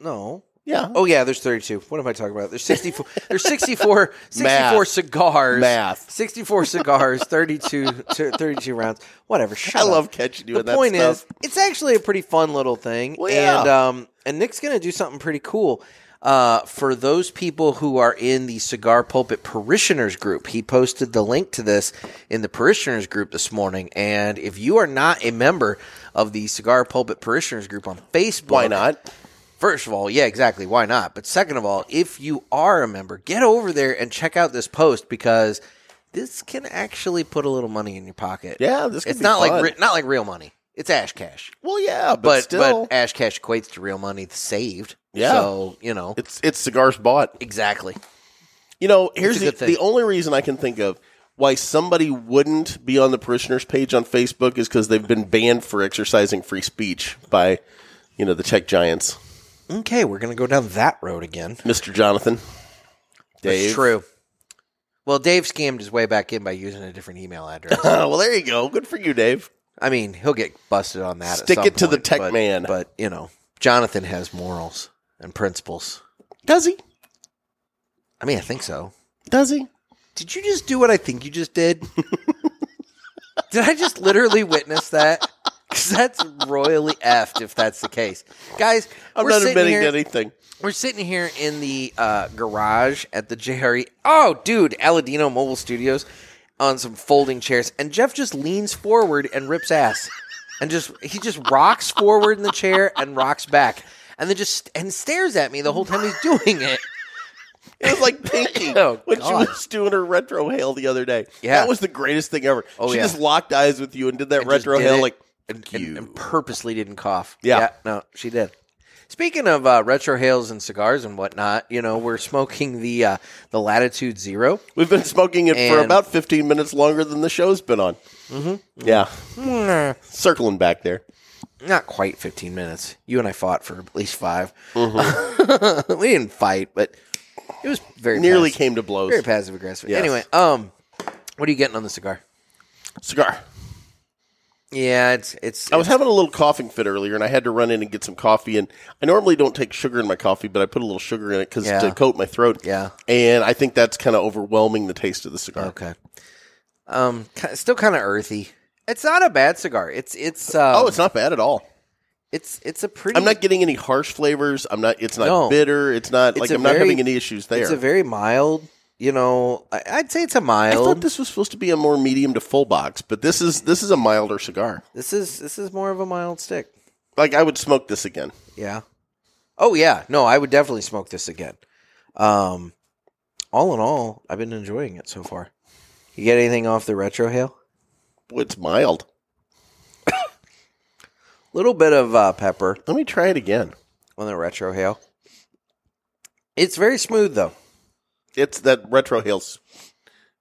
No, Yeah, oh yeah, there's 32. What am I talking about? There's 64. there's 64. 64 Math. cigars. Math. <laughs> 64 cigars. 32. t- 32 rounds. Whatever. Shut I up. love catching you. The in that point stuff. is, it's actually a pretty fun little thing, Well, yeah. and um, and Nick's gonna do something pretty cool. Uh, for those people who are in the Cigar Pulpit Parishioners group, he posted the link to this in the Parishioners group this morning. And if you are not a member of the Cigar Pulpit Parishioners group on Facebook, why not? First of all, yeah, exactly. Why not? But second of all, if you are a member, get over there and check out this post because this can actually put a little money in your pocket. Yeah, this could it's be not fun. like re- not like real money. It's ash cash, Well, yeah, but, but still, but ash cash equates to real money saved. Yeah. so you know it's it's cigars bought. exactly. You know, here's a the, good thing. the only reason I can think of why somebody wouldn't be on the parishioners page on Facebook is because they've been banned for exercising free speech by, you know, the tech giants, Okay, we're gonna go down that road again. Mister Jonathan, That's Dave, true. Well, Dave scammed his way back in by using a different email address. <laughs> well, there you go. Good for you, Dave. I mean, he'll get busted on that. at Stick some it to the point, tech but- man. But you know, Jonathan has morals and principles. Does he? I mean, I think so. Does he? Did you just do what I think you just did? <laughs> did I just literally witness that? Because that's royally effed if that's the case, guys. I'm we're not sitting admitting here- anything. We're sitting here in the uh, garage at the JRE. Oh, dude, Aladino Mobile Studios on some folding chairs, and Jeff just leans forward and rips ass, and just he just rocks forward in the chair and rocks back, and then just and stares at me the whole time he's doing it. It was <laughs> like Pinky Oh, when she God. was doing her retro hail the other day. Yeah. That was the greatest thing ever. Oh, she yeah. just locked eyes with you and did that and <laughs> just retro did hail it like and, "Fuck and- you." and purposely didn't cough. Yeah. no, she did. Speaking of uh, retro hails and cigars and whatnot, you know we're smoking the uh, the Latitude Zero. We've been smoking it for And- about 15 minutes longer than the show's been on. Mm-hmm. Yeah. Circling back there. not quite 15 minutes. You and I fought for at least 5 <laughs> we didn't fight, but it was very Mm-hmm. Nearly passive, came to blows. very passive aggressive. Yes. Anyway, um, what are you getting on the cigar? Cigar. Yeah, it's it's. I was having a little coughing fit earlier, and I had to run in and get some coffee. And I normally don't take sugar in my coffee, but I put a little sugar in it because Yeah. to coat my throat. Yeah. and I think that's kind of overwhelming the taste of the cigar. okay. Um, ki- still kind of earthy. It's not a bad cigar. It's it's um, Oh, it's not bad at all. it's it's a pretty. I'm not getting any harsh flavors. I'm not. It's not No. bitter. It's not It's like a I'm not very- having any issues there. It's a very mild. You know, I, I'd say it's a I mild. thought this was supposed to be a more medium to full box, but this is this is a milder cigar. this is this is more of a mild stick. Like I would smoke this again. Yeah. Oh yeah. No, I would definitely smoke this again. Um all in all, I've been enjoying it so far. You get anything off the retro hail? Boy, It's mild. Little bit of uh, pepper Let me try it again. on the retro hail. It's very smooth though. It's that retro hills,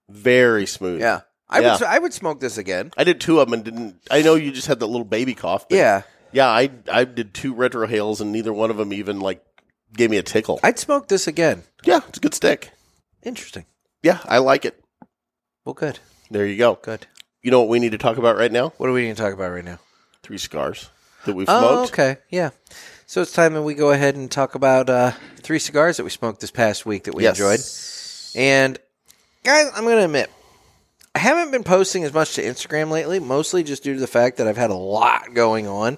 very smooth. Yeah. I Yeah. would I would smoke this again. I did two of them and didn't. I know you just had that little baby cough. but Yeah. yeah. I I did two retro hails and neither one of them even like gave me a tickle. I'd smoke this again. yeah, it's a good stick. Interesting. Yeah, I like it. Well good. There you go. Good. You know what we need to talk about right now? What do we need to talk about right now? Three cigars that we've Oh, smoked. okay. Yeah. So it's time that we go ahead and talk about uh, three cigars that we smoked this past week that we Yes. enjoyed. And guys, I'm going to admit, I haven't been posting as much to Instagram lately, mostly just due to the fact that I've had a lot going on.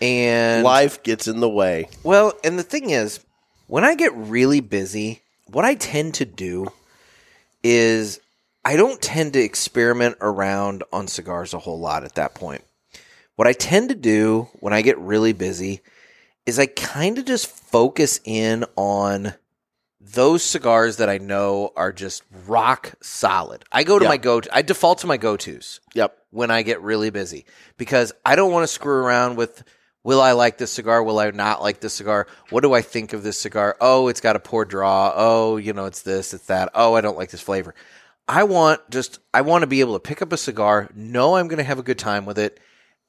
And Life gets in the way. well, and the thing is, when I get really busy, what I tend to do is I don't tend to experiment around on cigars a whole lot at that point. What I tend to do when I get really busy is I kind of just focus in on those cigars that I know are just rock solid. I go to Yeah. my go I default to my go-tos Yep. when I get really busy because I don't want to screw around with will I like this cigar? Will I not like this cigar? What do I think of this cigar? Oh, it's got a poor draw. Oh, you know, it's this, it's that. Oh, I don't like this flavor. I want just I want to be able to pick up a cigar, know I'm going to have a good time with it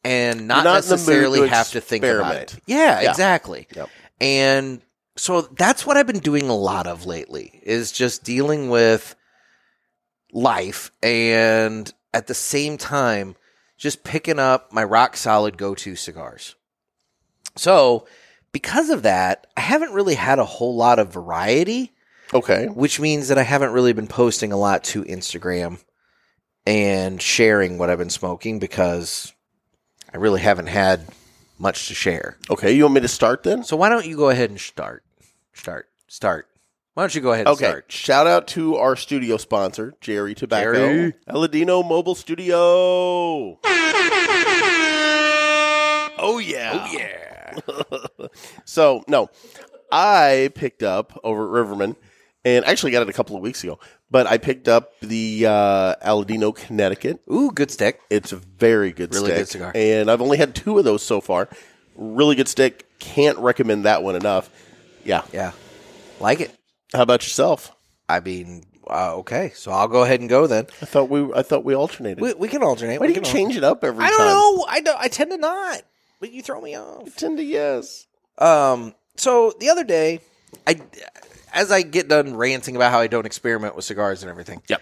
and not, not in the mood necessarily to have to think about it. experiment. Yeah, Yeah. exactly. Yep. And so that's what I've been doing a lot of lately is just dealing with life and at the same time just picking up my rock solid go to cigars. So, because of that, I haven't really had a whole lot of variety, Okay. which means that I haven't really been posting a lot to Instagram and sharing what I've been smoking because I really haven't had much to share. Okay. You want me to start then? So why don't you go ahead and start? Start. Start. Why don't you go ahead and Okay. start? Shout out to our studio sponsor, Jerry Tobacco. Jerry. Aladino Mobile Studio. Oh yeah. Oh yeah. <laughs> so no. I picked up over at Riverman and actually got it a couple of weeks ago, but I picked up the uh, Aladino Connecticut. Ooh, good stick. It's a very good Really stick. good cigar. And I've only had two of those so far. Really good stick. Can't recommend that one enough. Yeah. Yeah. Like it. How about yourself? I mean, uh, okay. So I'll go ahead and go <laughs> then. I thought we I thought we alternated. We, we can alternate. Why We do you can al- change it up every I time? don't know. I don't, I tend to not. But you throw me off. Tend to yes. Um. So the other day, I as I get done ranting about how I don't experiment with cigars and everything. Yep.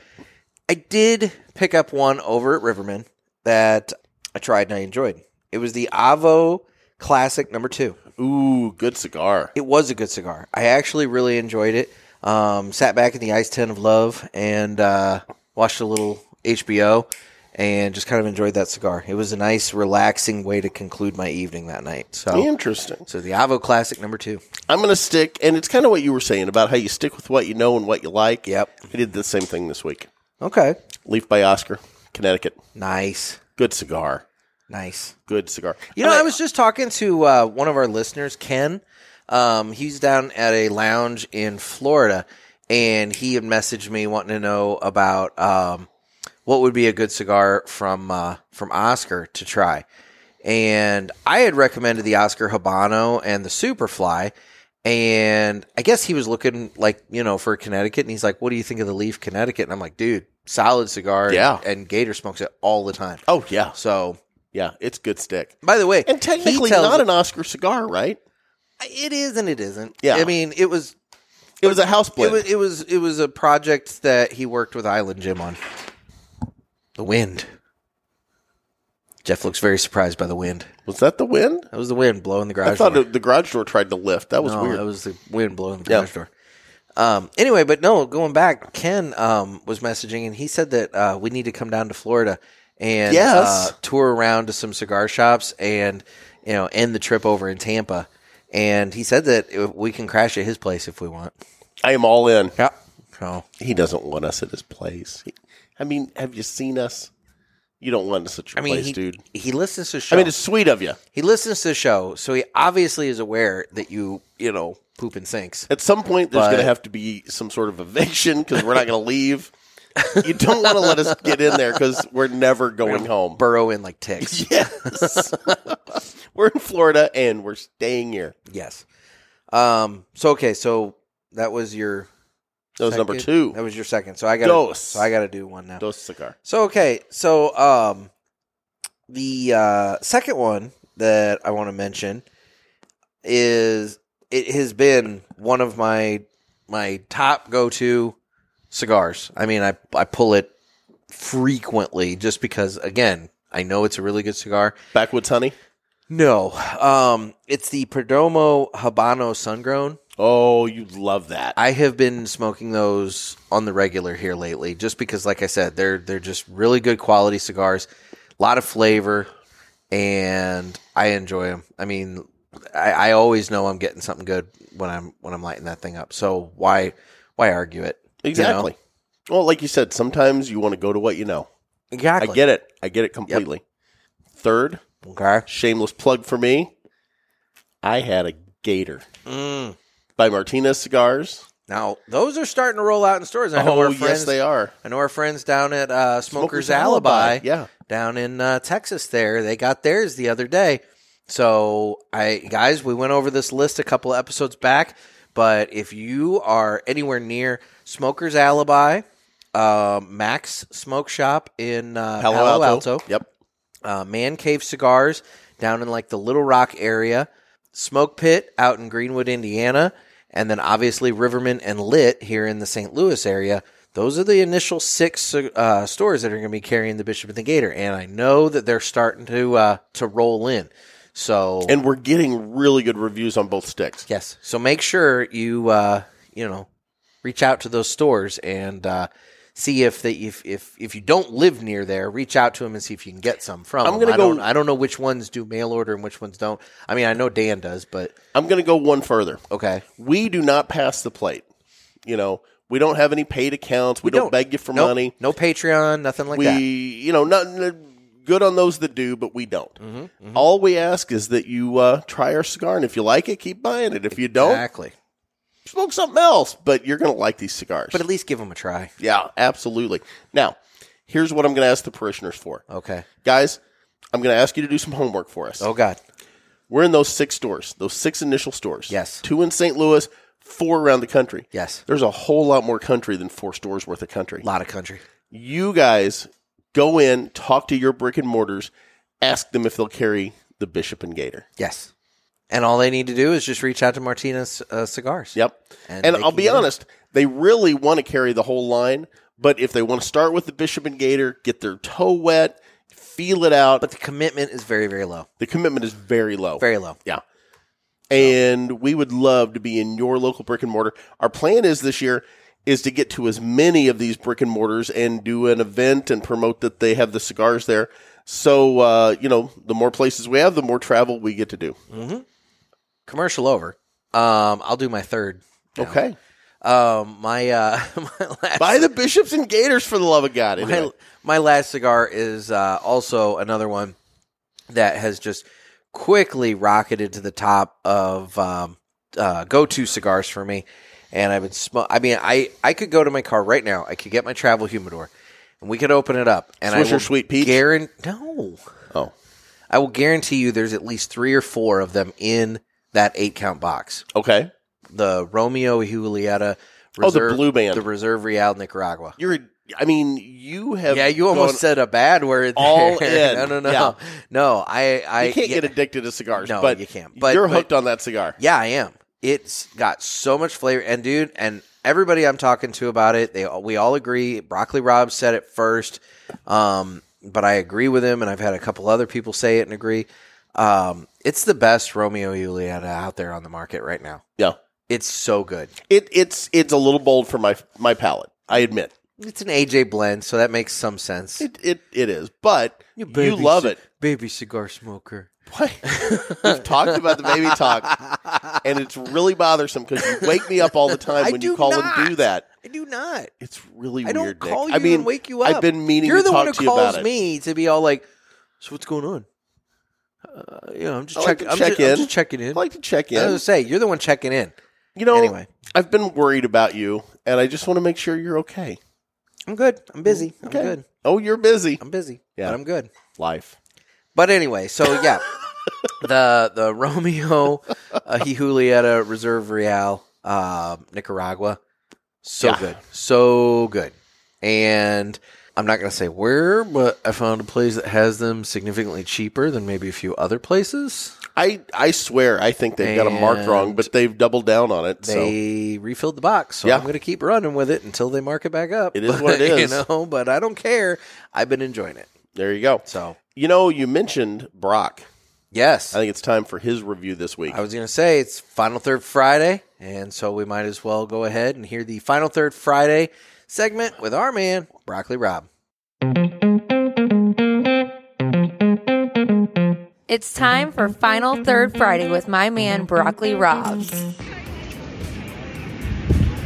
I did pick up one over at Riverman that I tried and I enjoyed. It was the Avo Classic number 2. Ooh, good cigar. It was a good cigar. I actually really enjoyed it. Um, sat back in the ice tin of love and uh, watched a little HBO and just kind of enjoyed that cigar. It was a nice, relaxing way to conclude my evening that night. So, Interesting. so the Avo Classic number two. I'm going to stick, and it's kind of what you were saying about how you stick with what you know and what you like. Yep. I did the same thing this week. Okay, Leaf by Oscar, Connecticut. nice, Good cigar. nice. Good cigar. You know, I was just talking to uh, one of our listeners, Ken. Um, he's down at a lounge in Florida, and he had messaged me wanting to know about um, what would be a good cigar from uh, from Oscar to try. And I had recommended the Oscar Habano and the Superfly, and I guess he was looking like you know for Connecticut, and he's like, "What do you think of the Leaf Connecticut?" And I'm like, "Dude, solid cigar." Yeah. and Gator smokes it all the time. Oh, yeah. So, Yeah, it's good stick. by the way, And he technically tells- not an Oscar cigar, right? It is and it isn't. Yeah. I mean, it was It was a house it blend. was it was it was a project that he worked with Island Jim on. The wind. Jeff looks very surprised by the wind. was that the wind? That was the wind blowing the garage I thought door. it, the garage door tried to lift. That was no, weird. that was the wind blowing the Yeah. garage door. Um, anyway, but no, going back, Ken um, was messaging and he said that uh, we need to come down to Florida and Yes. uh, tour around to some cigar shops and you know end the trip over in Tampa. And he said that uh, we can crash at his place if we want. I am all in. Yeah. So He doesn't want us at his place. He- I mean, have you seen us? You don't want us at your I mean, place, he, dude. he listens to the show. I mean, it's sweet of you. he listens to the show, so he obviously is aware that you, you know, poop in sinks. At some point, there's But- going to have to be some sort of eviction because we're not going to leave. You don't want to let us get in there because we're never going home. Burrow in <laughs> like ticks. Yes. we're in Florida and we're staying here. yes. Um. So okay. So that was your That was number second- two. That was your second. So I got to Dos. So I got to do one now. Dos cigar. So okay, so um, the uh, second one that I want to mention is it has been one of my my top go to cigars. I mean, I I pull it frequently just because again I know it's a really good cigar. Backwoods honey. No, um, it's the Perdomo Habano Sungrown. Oh, you love that. I have been smoking those on the regular here lately, just because, like I said, they're they're just really good quality cigars, a lot of flavor, and I enjoy them. I mean, I, I always know I'm getting something good when I'm when I'm lighting that thing up. So why why argue it? you know? exactly. Well, like you said, sometimes you want to go to what you know. I Exactly. get it. I get it completely. Third, Okay. shameless plug for me. I had a Gator Mm. by Martinez Cigars. Now those are starting to roll out in stores. I know Oh, our friends. yes, they are. I know our friends down at uh, Smokers, Alibi. Yeah. down in uh, Texas there. They got theirs the other day. So, I guys, we went over this list a couple of episodes back, but if you are anywhere near Smoker's Alibi, uh, Max Smoke Shop in uh, Palo, Alto. Yep. uh, Man Cave Cigars down in like the Little Rock area, Smoke Pit out in Greenwood, Indiana, and then obviously Riverman and Lit here in the St. Louis area. Those are the initial six uh, stores that are going to be carrying the Bishop and the Gator, and I know that they're starting to uh, to roll in. So And we're getting really good reviews on both sticks. yes, so make sure you uh, you know reach out to those stores and uh, see if they if, if if you don't live near there, reach out to them and see if you can get some from. I'm 'em. gonna I go- Don't, I don't know which ones do mail order and which ones don't. I mean, I know Dan does, but I'm going to go one further. okay. We do not pass the plate. You know, we don't have any paid accounts. We, don't, beg you for Nope. money. No Patreon, nothing like we, that. you know, not, not good on those that do, but we don't. Mm-hmm. All we ask is that you uh, try our cigar, and if you like it, keep buying it. If you don't, Exactly. smoke something else. But you're going to like these cigars. But at least give them a try. yeah, absolutely. Now, here's what I'm going to ask the parishioners for, Okay. guys. I'm going to ask you to do some homework for us. Oh God. We're in those six stores, those six initial stores. Yes. Two in St. Louis, four around the country. Yes. There's a whole lot more country than four stores worth of country. A lot of country. You guys go in, talk to your brick and mortars, ask them if they'll carry the Bishop and Gator. Yes. And all they need to do is just reach out to Martinez uh, Cigars. Yep. And And, they I'll can be get it. honest, they really want to carry the whole line, but if they want to start with the Bishop and Gator, get their toe wet, feel it out, But but the commitment is very, very low. the commitment is very low. Very low. Yeah. And we would love to be in your local brick and mortar. Our plan is this year is to get to as many of these brick and mortars and do an event and promote that they have the cigars there. So, uh, you know, the more places we have, the more travel we get to do. Commercial over. Um, I'll do my third. now. Okay. Um, my uh, <laughs> my last Buy the bishops and gators for the love of God. Anyway. my, my last cigar is uh, also another one that has just quickly rocketed to the top of um, uh, go-to cigars for me. And I've been sm- I mean, I I could go to my car right now. I could get my travel humidor, and we could open it up. And I Swisher will Sweet Peach? guaran- no, oh, I will guarantee you, there's at least three or four of them in that eight-count box. okay. The Romeo y Julieta. Oh, the blue band. the Reserve Real Nicaragua. You're, I mean, you have. Yeah, you almost gone- said a bad word. all there. in. <laughs> No, no, no, Yeah. no. I, I you can't yeah, get addicted to cigars. No, but you can't. But- you're but- hooked on that cigar. Yeah, I am. It's got so much flavor, and dude, and everybody I'm talking to about it, they we all agree. Broccoli Rob said it first, um, but I agree with him, and I've had a couple other people say it and agree. Um, it's the best Romeo and Julieta out there on the market right now. Yeah. It's so good. It, it's it's a little bold for my my palate. I admit It's an AJ blend, so that makes some sense. it it, it is, but you, love <laughs> it. baby cigar smoker. Why? We've talked about the baby talk, and it's really bothersome because you wake me up all the time I when do you call not. and do that. I do not. It's really I don't weird. call Nick. you I mean, and wake you up. I've been meaning You're to the talk one who to you calls about it. me to be all like, "So what's going on?" Uh, yeah, I'm just I like checking. to I'm, check just, I'm in. just checking in. I like to check I was in. gonna say you're the one checking in. You know, Anyway. I've been worried about you, and I just want to make sure you're okay. I'm good. I'm busy. Okay. I'm good. Oh, you're busy. I'm busy. Yeah. but I'm good. Life. But anyway, <laughs> so yeah, the the Romeo uh, y Julieta Reserve Real uh, Nicaragua, so Yeah. good, so good, and I'm not gonna say where, but I found a place that has them significantly cheaper than maybe a few other places. I I swear I think they've got a mark wrong, And but they've doubled down on it. so They refilled the box, so Yeah. I'm gonna keep running with it until they mark it back up. <laughs> It is what it is. you know. But I don't care. I've been enjoying it, there you go. so You know, you mentioned Brock. yes, I think it's time for his review this week. I was going to say it's Final Third Friday, and so we might as well go ahead and hear the Final Third Friday segment with our man, Broccoli Rob. It's time for Final Third Friday with my man Broccoli Rob.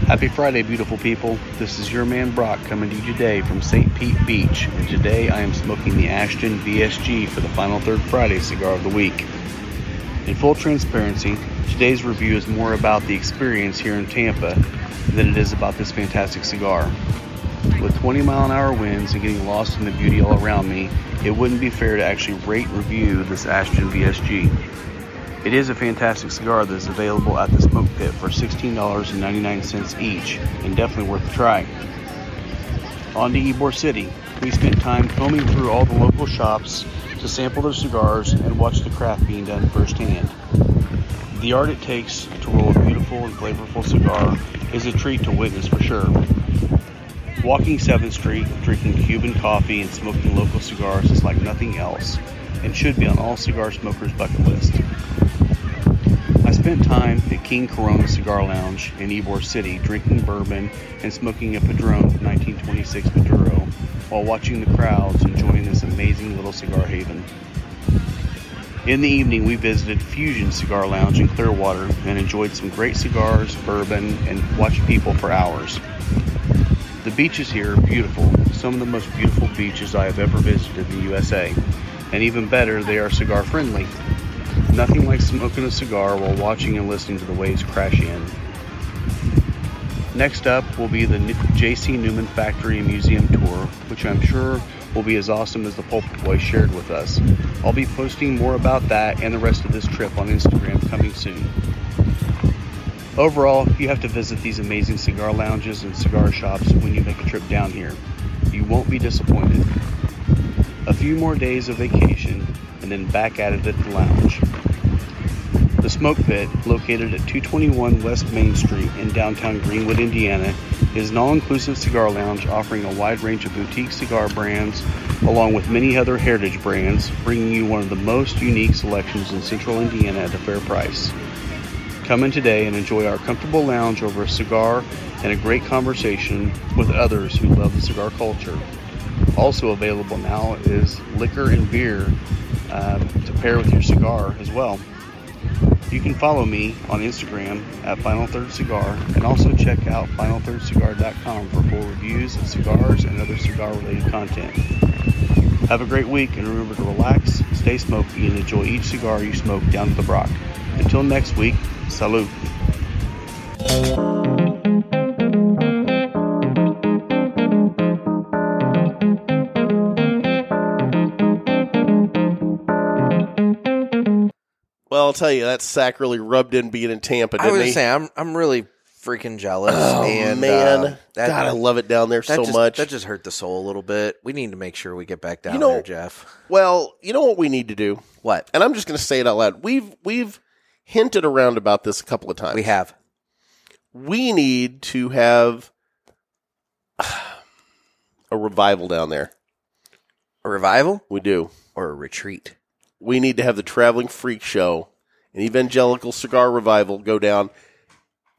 Happy Friday, beautiful people. This is your man Brock coming to you today from St. Pete Beach, and today I am smoking the Ashton VSG for the final third Friday cigar of the week. In full transparency, today's review is more about the experience here in Tampa than it is about this fantastic cigar. With 20 mile an hour winds and getting lost in the beauty all around me, it wouldn't be fair to actually rate review this Ashton VSG. It is a fantastic cigar that is available at the Smoke Pit for $16.99 each and definitely worth a try. On to Ybor City, we spent time combing through all the local shops to sample their cigars and watch the craft being done firsthand. The art it takes to roll a beautiful and flavorful cigar is a treat to witness for sure. Walking 7th Street, drinking Cuban coffee, and smoking local cigars is like nothing else and should be on all cigar smokers' bucket list. I spent time at King Corona Cigar Lounge in Ybor City drinking bourbon and smoking a Padron 1926 Maduro while watching the crowds enjoying this amazing little cigar haven. In the evening, we visited Fusion Cigar Lounge in Clearwater and enjoyed some great cigars, bourbon, and watched people for hours. The beaches here are beautiful, some of the most beautiful beaches I have ever visited in the USA. And even better, they are cigar friendly. Nothing like smoking a cigar while watching and listening to the waves crash in. Next up will be the New- J.C. Newman Factory and Museum Tour, which I'm sure will be as awesome as the Pulpit Boy shared with us. I'll be posting more about that and the rest of this trip on Instagram coming soon. Overall, you have to visit these amazing cigar lounges and cigar shops when you make a trip down here. You won't be disappointed a few more days of vacation, and then back at it at the lounge. The Smoke Pit, located at 221 West Main Street in downtown Greenwood, Indiana, is an all inclusive cigar lounge offering a wide range of boutique cigar brands along with many other heritage brands, bringing you one of the most unique selections in central Indiana at a fair price. Come in today and enjoy our comfortable lounge over a cigar and a great conversation with others who love the cigar culture. Also available now is liquor and beer uh, to pair with your cigar as well. You can follow me on Instagram at Final Third Cigar and also check out FinalThirdCigar.com for full reviews of cigars and other cigar related content. Have a great week and remember to relax, stay smoky, and enjoy each cigar you smoke down at the Brock. Until next week, salute. Well, I'll tell you, that sack really rubbed in being in Tampa, didn't I was he? gonna say I'm I'm really freaking jealous. oh, and, man. uh, that, God, I love it down there that so just, much. That just hurt the soul a little bit. We need to make sure we get back down You know- there, Jeff. well, you know what we need to do? What And I'm just going to say it out loud. We've, we've hinted around about this a couple of times. we have? we need to have <sighs> a revival down there. A revival We do. or a retreat? We need to have the traveling freak show, an evangelical cigar revival go down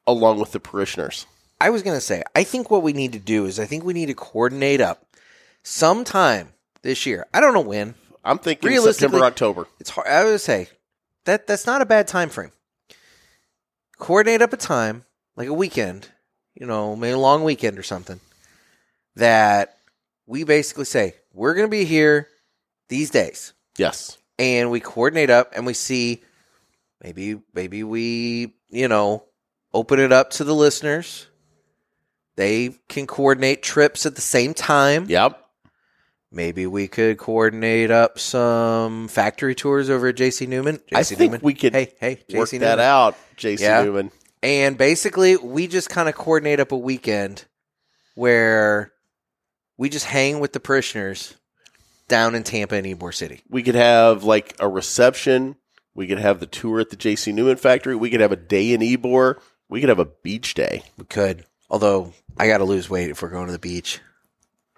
along with the parishioners. I was gonna say I think what we need to do is I think we need to coordinate up sometime this year. I don't know when. I'm thinking Realistically- September, October. It's hard. I would say that that's not a bad time frame. Coordinate up a time, like a weekend, you know, maybe a long weekend or something, that we basically say we're going to be here these days, Yes. and we coordinate up and we see maybe maybe we you know open it up to the listeners. They can coordinate trips at the same time. Yep. Maybe we could coordinate up some factory tours over at JC Newman. JC I think Newman. we could hey, hey, Work JC that Newman. out, JC Yeah. Newman. And basically, we just kind of coordinate up a weekend where we just hang with the parishioners down in Tampa and Ybor City. We could have like a reception. We could have the tour at the JC Newman factory. We could have a day in Ebor. We could have a beach day. We could, although I got to lose weight if we're going to the beach.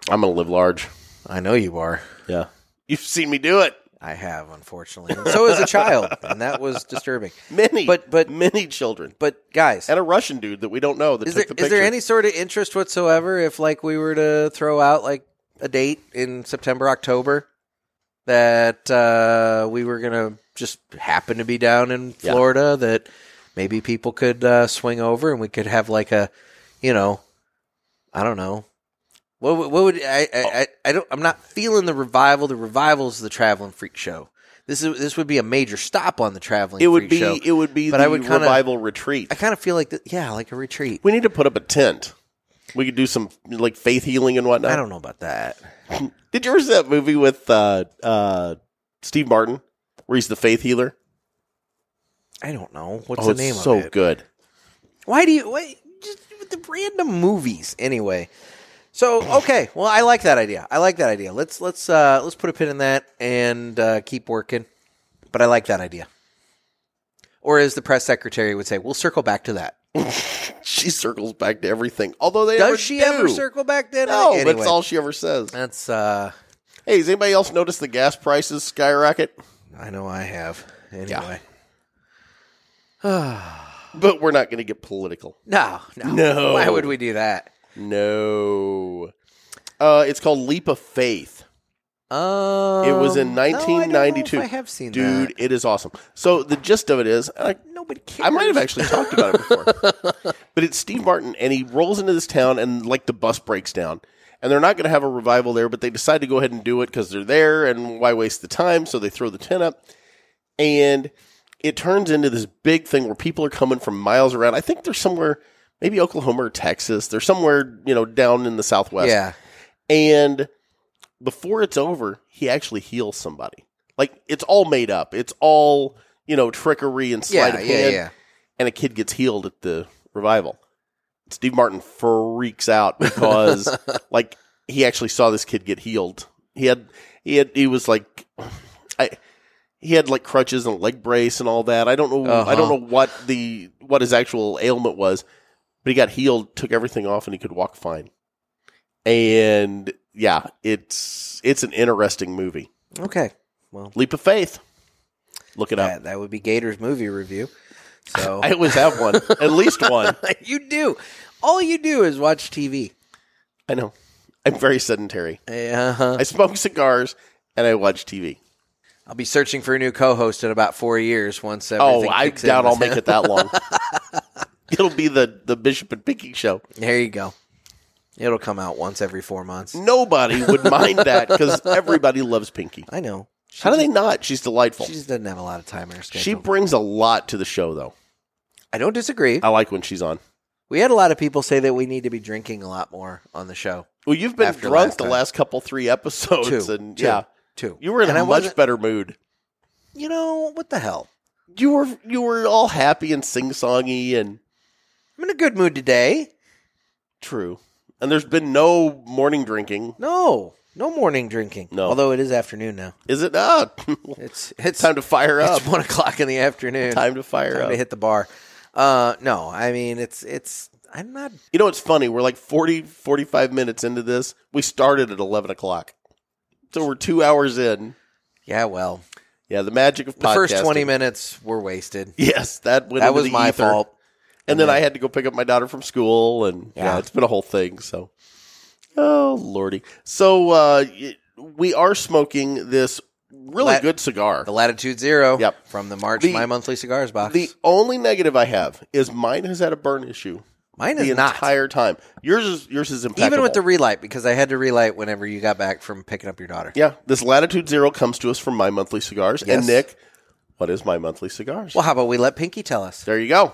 I'm going to live large. I know you are. Yeah. You've seen me do it. I have, unfortunately. And so as a child, and that was <laughs> disturbing. Many, But- but- many children, But guys, and a Russian dude that we don't know that is took there, the picture. is there any sort of interest whatsoever if like we were to throw out like a date in september october that uh, we were gonna just happen to be down in Yeah. florida that maybe people could uh, swing over and we could have like a you know i don't know what, would- what would I, Oh. I, I i don't i'm not feeling the revival the revival's the traveling freak show this is this would be a major stop on the traveling It would freak be show. it would be But the I would kinda- revival retreat. i kind of feel like the, yeah like a retreat we need to put up a tent. We could do some like faith healing and whatnot. i don't know about that Did you ever see that movie with uh, uh, Steve Martin where he's the faith healer? I don't know what's oh, the name it's so of it. good. <laughs> Why do you why just with the random movies anyway? So okay, well I like that idea. I like that idea. Let's let's uh, let's put a pin in that and uh, keep working. But I like that idea. Or as the press secretary would say, we'll circle back to that. She circles back to everything. Although they never Does she do. ever circle back then? No, anyway, that's all she ever says. that's uh, Hey, has anybody else noticed the gas prices skyrocket? I know I have. Anyway. But we're not going to get political. No, no. No. Why would we do that? No. Uh, it's called Leap of Faith. Um, It was in no, I don't know if 1992. I have seen that. Dude, it is awesome. So the gist of it is, and I, Nobody cares. I might have actually talked about it <laughs> before, but it's Steve Martin, and he rolls into this town, and like the bus breaks down, and they're not going to have a revival there, but they decide to go ahead and do it because they're there, and why waste the time? So they throw the tent up, and it turns into this big thing where people are coming from miles around. I think they're somewhere, maybe Oklahoma or Texas. They're somewhere you know down in the Southwest. Yeah. And before it's over, he actually heals somebody. Like it's all made up. It's all you know trickery and sleight Yeah, of yeah, hand. yeah. And a kid gets healed at the revival. Steve Martin freaks out <laughs> because like he actually saw this kid get healed. He had he had he was like I He had like crutches and a leg brace and all that. I don't know. I don't Uh-huh. know what the what his actual ailment was, but he got healed, took everything off, and he could walk fine. And yeah, it's it's an interesting movie. Okay. Well, Leap of faith. Look it up. that, that would be Gator's movie review. So <laughs> I always have one, at least <laughs> one. you do. All you do is watch TV. I know. I'm very sedentary. Uh-huh. I smoke cigars and I watch TV. I'll be searching for a new co-host in about four years. Once Oh, everything I kicks in doubt <laughs> with I'll make him. it that long. <laughs> It'll be the the Bishop and Pinky show. There you go. It'll come out once every four months. Nobody would mind that because everybody loves Pinky. I know. She How do they not? She's delightful. She just doesn't have a lot of time in her schedule. she brings a lot to the show, though. I don't disagree. I like when she's on. We had a lot of people say that we need to be drinking a lot more on the show. Well, you've been After drunk last the time. last couple three episodes, Two, and two, yeah, two. you were in And a I much wasn't- better mood. You know what the hell? You were you were all happy and sing songy and I'm in a good mood today. true. And there's been no morning drinking, No, no morning drinking. No. although it is afternoon now. is it? <laughs> Ah, <laughs> It's it's time to fire up. It's one o'clock in the afternoon. Time to fire <laughs> Time up. to hit the bar. Uh, no, I mean it's it's. I'm not. You know what's funny? We're like 40, 45 minutes into this. We started at 11 o'clock. So we're two hours in. Yeah, well, Yeah, the magic of podcasting. the first twenty minutes were wasted. Yes, that went that into was the my ether. fault. And then I had to go pick up my daughter from school. And yeah, Yeah. it's been a whole thing. So, oh, lordy. So uh, y- we are smoking this really Let- good cigar. The Latitude Zero. Yep. From the March The- My Monthly Cigars box. The only negative I have is mine has had a burn issue Mine is the not. entire time. Yours is yours is impeccable. Even with the relight, because I had to relight whenever you got back from picking up your daughter. Yeah, this Latitude Zero comes to us from My Monthly Cigars. And Yes. Nick, what is My Monthly Cigars? Well, how about we let Pinky tell us? There you go.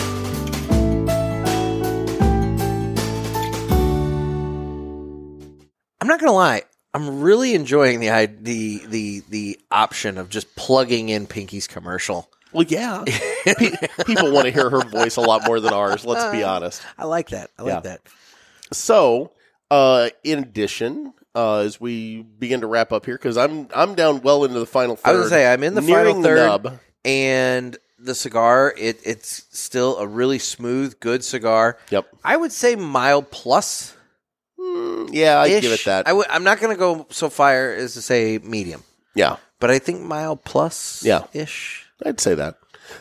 I'm not gonna lie. I'm really enjoying the i- the the the option of just plugging in Pinky's commercial. Well, yeah. <laughs> Pe- people want to hear her voice a lot more than ours, let's Uh. be honest. I like that. I like Yeah. that. So, uh, in addition, uh, as we begin to wrap up here, because I'm I'm down well into the final third. I was gonna say I'm in the nearing final third, The nub. and the cigar it it's still a really smooth, good cigar. Yep. I would say mild plus. Mm, yeah, I give it that. I w- I'm not going to go so far as to say medium, yeah, but I think mild plus. Yeah. ish. I'd say that.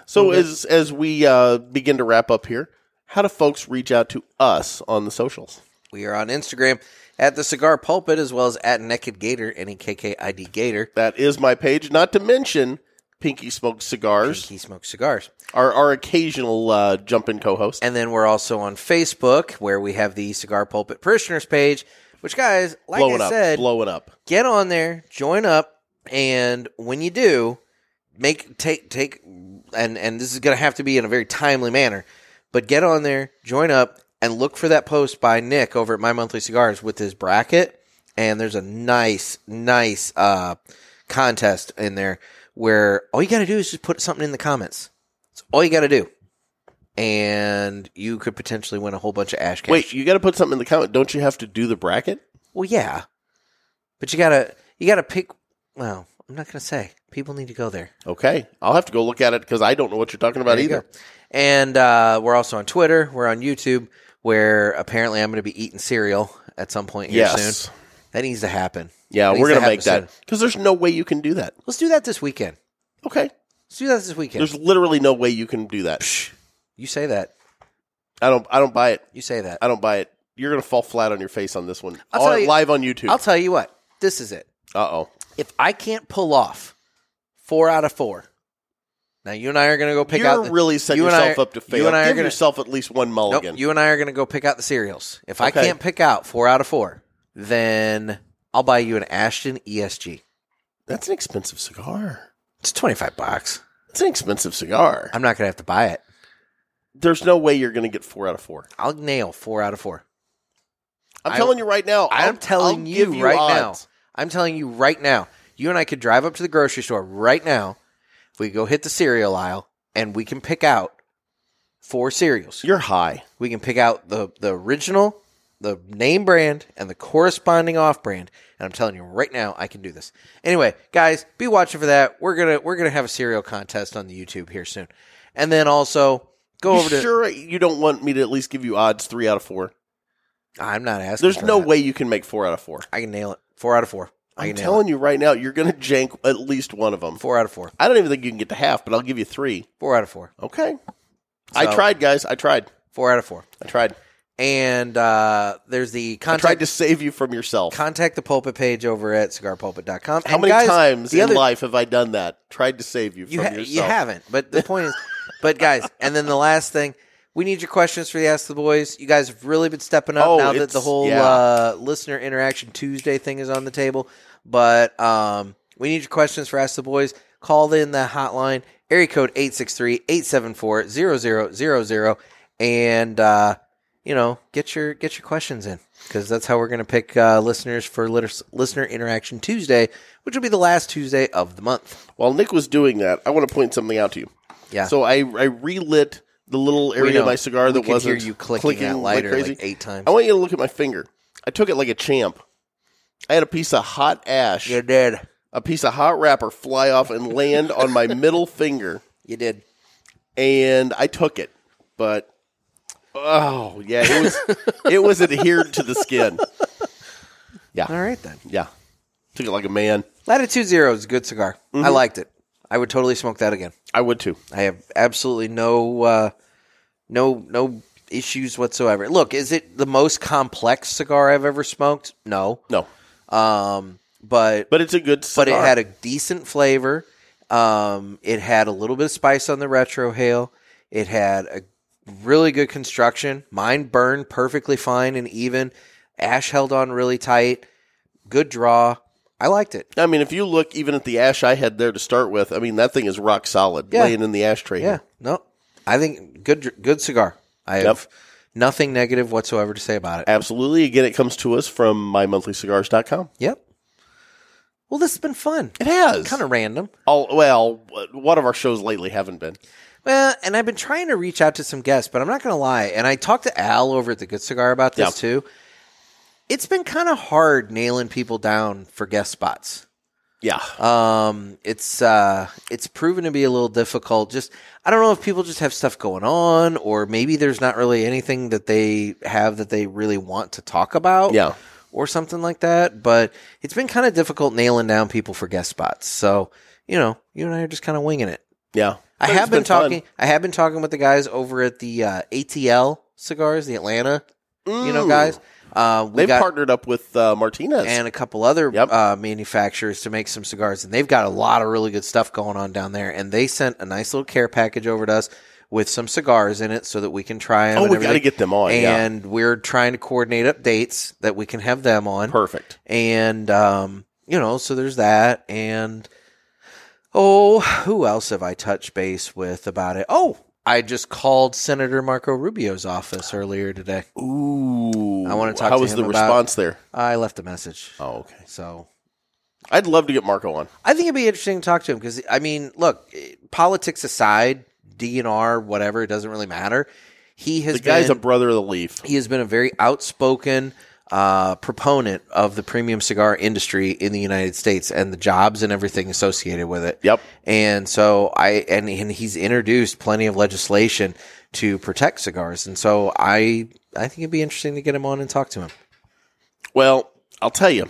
So, as as we uh, begin to wrap up here, how do folks reach out to us on the socials? We are on Instagram at the Cigar Pulpit as well as at Naked Gator, N E K K I D Gator. That is my page. Not to mention Pinky Smokes Cigars, He smokes cigars, our our occasional uh, jump in co-host. and then we're also on Facebook where we have the Cigar Pulpit Parishioners page. Which guys, like blowing I up, said, blowing up. get on there, join up, and when you do, make take take and and this is going to have to be in a very timely manner, but get on there, join up, and look for that post by Nick over at My Monthly Cigars with his bracket, and there's a nice nice uh contest in there where all you got to do is just put something in the comments. That's all you got to do. And you could potentially win a whole bunch of ash cash. Wait, you got to put something in the comment. Don't you have to do the bracket? Well, yeah, but you gotta you gotta pick. Well, I'm not gonna say. People need to go there. Okay, I'll have to go look at it because I don't know what you're talking about There you either. go. And uh, we're also on Twitter. We're on YouTube, where apparently I'm gonna be eating cereal at some point here Yes. soon. That needs to happen. Yeah, That needs we're gonna happen make that soon. because there's no way you can do that. Let's do that this weekend. Okay, Let's do that this weekend. there's literally no way you can do that. you say that. I don't. I don't buy it. You say that. I don't buy it. You're gonna fall flat on your face on this one. I'll On- tell you- live on YouTube. I'll tell you what. This is it. uh oh. If I can't pull off four out of four, now you and I are gonna go pick You're out. the- really setting you and I yourself are- up to fail. You and I Give are gonna yourself at least one Nope, mulligan. you and I are going to go pick out the cereals. If I Okay. can't pick out four out of four, then I'll buy you an Ashton E ESG. That's an expensive cigar. It's 25 bucks. It's an expensive cigar. I'm not going to have to buy it. There's no way you're going to get four out of four. I'll nail four out of four. I'm I- telling you right now. I'll- I'm telling I'll you, give right odds. now. I'm telling you right now. You and I could drive up to the grocery store right now. We go hit the cereal aisle and we can pick out four cereals. You're high. We can pick out the, the original, the name brand, and the corresponding off brand. And I'm telling you right now, I can do this. Anyway, guys, be watching for that. We're gonna we're gonna have a cereal contest on the YouTube here soon. And then also go You over to sure you don't want me to at least give you odds three out of four? I'm not asking. There's for no that. way you can make four out of four. I can nail it. Four out of four. I I'm can nail it. telling you right now, you're going to jank at least one of them. Four out of four. I don't even think you can get to half, but I'll give you three. Four out of four. Okay. I So- tried, guys. I tried. Four out of four. I tried. And uh, there's the I contact tried to save you from yourself. contact the pulpit page over at cigarpulpit.com. How And many guys, times the in other, life have I done that? Tried to save you you from ha- yourself. you haven't? But the point is, but guys, and then the last thing. We need your questions for the Ask the Boys. You guys have really been stepping up Oh, now that the it's- whole yeah. uh, listener interaction Tuesday thing is on the table. But um, we need your questions for Ask the Boys. Call in the hotline, area code 863-874-0000, and uh, you know, get your get your questions in because that's how we're going to pick uh, listeners for lit- listener interaction Tuesday, which will be the last Tuesday of the month. While Nick was doing that, I want to point something out to you. Yeah. So I, I relit the little We area know. of my cigar We that could wasn't hear you clicking, that lighter like, eight times. I want you to look at my finger. I took it like a champ. I had a piece of hot ash, you did. a piece of hot wrapper fly off and land on <laughs> my middle finger, You did. and I took it. But oh yeah, it <laughs> was it was adhered to the skin. All right then. Yeah, took it like a man. Latitude Zero is a good cigar. I Mm-hmm. liked it. I would totally smoke that again. I would too. I have absolutely no uh, no no issues whatsoever. Look, is it the most complex cigar I've ever smoked? No. No, Um, but but it's a good. but Cigar. it had a decent flavor. Um, it had a little bit of spice on the retrohale. It had a really good construction. Mine burned perfectly fine and even. Ash held on really tight. Good draw. I liked it. I mean, if you look even at the ash I had there to start with, I mean that thing is rock solid, Yeah. laying in the ashtray. Yeah. here. No, I think good good cigar. I Yep. have nothing negative whatsoever to say about it. absolutely. Again, it comes to us from mymonthlycigars.com. Yep. Well, this has been fun. It has Kind of random. All, well, one of our shows lately haven't been. Well, and I've been trying to reach out to some guests, but I'm not going to lie. And I talked to Al over at the Good Cigar about this too. It's been kind of hard nailing people down for guest spots. Yeah, Um, it's uh, it's proven to be a little difficult. Just I don't know if people just have stuff going on, or maybe there's not really anything that they have that they really want to talk about. Yeah. Or something like that, but it's been kind of difficult nailing down people for guest spots. So, you know, you and I are just kind of winging it. yeah. I But have it's been, fun. talking. I have been talking with the guys over at the uh, ATL cigars, the Atlanta, you know, Mm. guys. Uh, we They've got partnered up with uh, Martinez. and a couple other Yep. uh, manufacturers to make some cigars, and they've got a lot of really good stuff going on down there. And they sent a nice little care package over to us with some cigars in it, so that we can try them. oh, and we got to everything. get them on. yeah, And we're trying to coordinate up dates that we can have them on perfect. and um, you know, so there's that, and oh, who else have I touched base with about it? Oh, I just called Senator Marco Rubio's office earlier today. Ooh, I wanna talk How to was him the about- response there? I left a message, Oh, okay. so I'd love to get Marco on. I think it'd be interesting to talk to him because I mean, look, eh, politics aside, DNR, whatever, it doesn't really matter. He has The guy's been, a brother of the leaf. he has been a very outspoken uh, proponent of the premium cigar industry in the United States and the jobs and everything associated with it. Yep. And so I and, and he's introduced plenty of legislation to protect cigars, and so I I think it'd be interesting to get him on and talk to him. Well, I'll tell <laughs> you,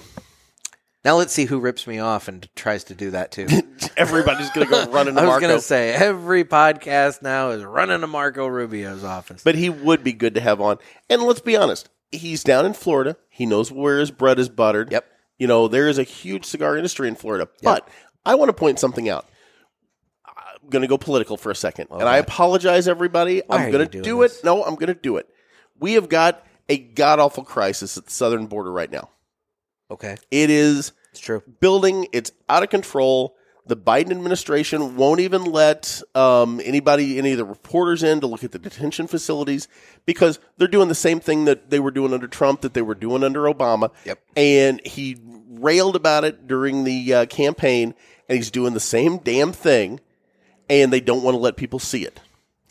Now let's see who rips me off and tries to do that too. <laughs> everybody's going to go running to I was Marco. gonna say every podcast now is running to Marco Rubio's office. But he would be good to have on. And let's be honest, he's down in Florida. He knows where his bread is buttered. Yep. You know, there is a huge cigar industry in Florida. But I want to point something out. I'm going to go political for a second. and I apologize, everybody. are I'm you going to doing do it. this? No, I'm going to do it. We have got a god awful crisis at the southern border right now. okay, It is it's true. building, it's out of control. The Biden administration won't even let um, anybody, any of the reporters in to look at the detention facilities because they're doing the same thing that they were doing under Trump, that they were doing under Obama. Yep. And he railed about it during the uh, campaign, and he's doing the same damn thing, and they don't want to let people see it.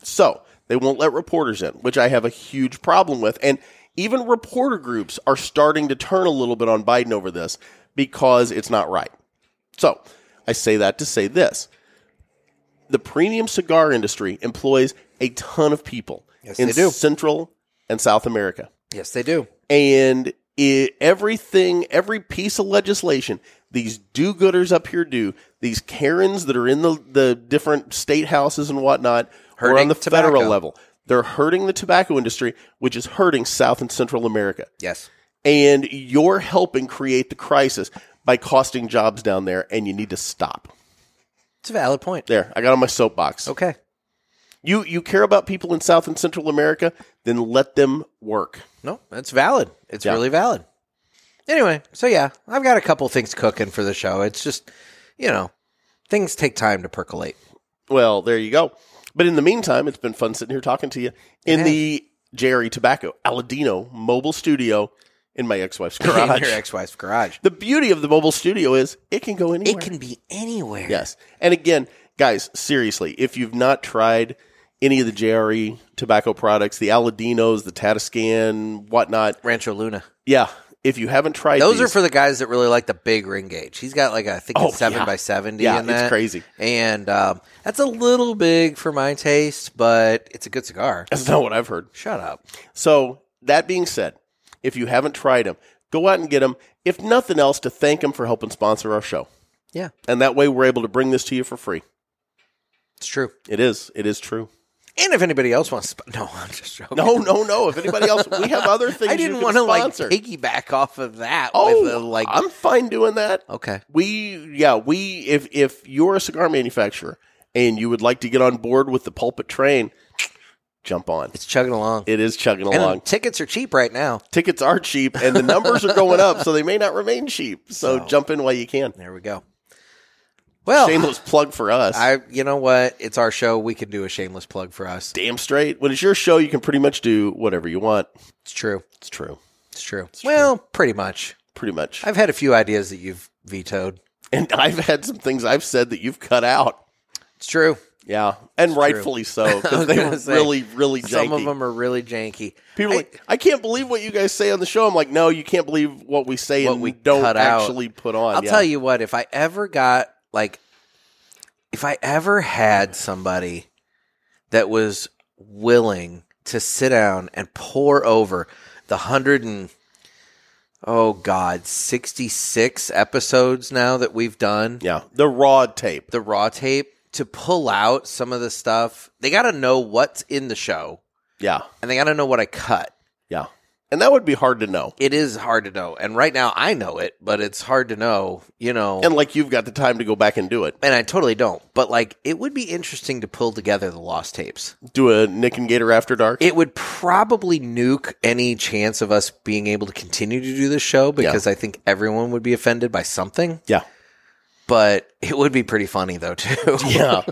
So they won't let reporters in, which I have a huge problem with. And even reporter groups are starting to turn a little bit on Biden over this because it's not right. So I say that to say this the premium cigar industry employs a ton of people Yes, in they do. Central and South America Yes, they do. and it, everything, every piece of legislation, these do-gooders up here do, these Karens that are in the, the different state houses and whatnot, or Hurting on the tobacco. federal level, they're hurting the tobacco industry, which is hurting South and Central America. Yes. And you're helping create the crisis by costing jobs down there, and you need to stop. It's a valid point. There, I got on my soapbox. Okay. You you care about people in South and Central America, then let them work. No, that's valid. It's Yeah. really valid. Anyway, so yeah, I've got a couple things cooking for the show. It's just, you know, things take time to percolate. Well, there you go. But in the meantime, it's been fun sitting here talking to you in Yeah. the Jerry Tobacco Aladino mobile studio in my <laughs> ex-wife's In your garage. ex-wife's garage. the beauty of the mobile studio is it can go anywhere. It can be anywhere. Yes. And again, guys, seriously, if you've not tried any of the JRE tobacco products, the Aladinos, the Tatiscan, whatnot, Rancho Luna. yeah, if you haven't tried Those are these- for the guys that really like the big ring gauge. He's got like a, I think Oh, it's seven yeah. by seventy. Yeah, in it's that. crazy. and um, that's a little big for my taste, but it's a good cigar. <laughs> that's not what I've heard. Shut up. So, that being said, if you haven't tried them, go out and get them. If nothing else, to thank them for helping sponsor our show. Yeah, And that way we're able to bring this to you for free. it's true. It is. It is true. <laughs> And if anybody else wants, to, no, <laughs> I'm just joking. No, no, no. If anybody else, we have other things <laughs> I didn't want want to to like sponsor. piggyback off of that. oh, with a, like I'm fine doing that. okay, We, yeah, we, if, if you're a cigar manufacturer and you would like to get on board with the pulpit train, <sniffs> jump on. it's chugging along. It is chugging and along. tickets are cheap right now. Tickets are cheap and the numbers are going up, so they may not remain cheap. So, So- jump in while you can. There we go. Well, Shameless plug for us. I you know what? It's our show. We can do a shameless plug for us. Damn straight. When it's your show, you can pretty much do whatever you want. It's true. It's true. It's true. well, pretty much. Pretty much. I've had a few ideas that you've vetoed. And <laughs> I've had some things I've said that you've cut out. It's true. Yeah, and true. rightfully so <laughs> I because <laughs> was they gonna were say, really, really janky. Some of them are really janky. People are I- like, I can't believe what you guys say on the show. I'm like, no, you can't believe what we say What and we don't cut out. actually put on. I'll Yeah. tell you what, if I ever got like if I ever had somebody that was willing to sit down and pour over the hundred and oh god, sixty six episodes now that we've done. yeah, the raw tape. the raw tape to pull out some of the stuff. They got to know what's in the show Yeah, and they got to know what I cut. yeah, and that would be hard to know. It is hard to know. And right now I know it, but it's hard to know, you know. And like, you've got the time to go back and do it. and I totally don't. But like it would be interesting to pull together the lost tapes. Do a Nick and Gator after dark. It would probably nuke any chance of us being able to continue to do this show because I think everyone would be offended by something. yeah, But it would be pretty funny though too. <laughs> <laughs> yeah.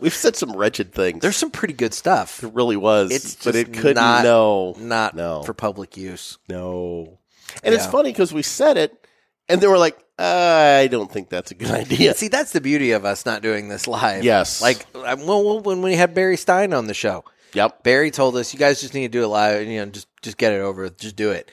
We've said some wretched things. There's some pretty good stuff. It really was, It's but just it couldn't. not- no, Not No. for public use. No. And it's Yeah. funny because we said it, and then we're like, I don't think that's a good <laughs> idea. See, that's the beauty of us not doing this live. Yes. Like, um, well, well, when we had Barry Stein on the show, Yep. Barry told us, you guys just need to do it live, you know, just, just get it over with, just do it.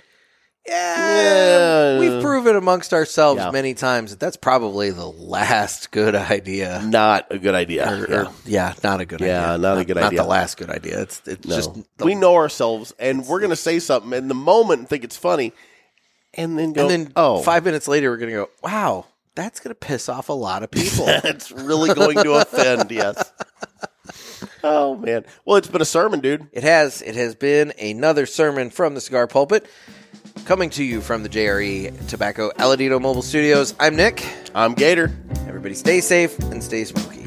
Yeah. Yeah. We've proven amongst ourselves Yeah. many times that that's probably the last good idea. Not a good idea. Or- yeah. or- yeah, not a good idea. Yeah, not a good idea. Not the last good idea. It's, it's No. just, the, we know ourselves, and we're going to say something in the moment and think it's funny, and then go, and then oh, <laughs> five minutes later, we're going to go, wow, that's going to piss off a lot <laughs> of people. that's really going to offend. <laughs> Yes. Oh, man. Well, it's been a sermon, dude. It has. It has been another sermon from the cigar pulpit, coming to you from the E JRE Tobacco Aladino Mobile Studios. I'm Nick. I'm Gator. Everybody, stay safe and stay smoky.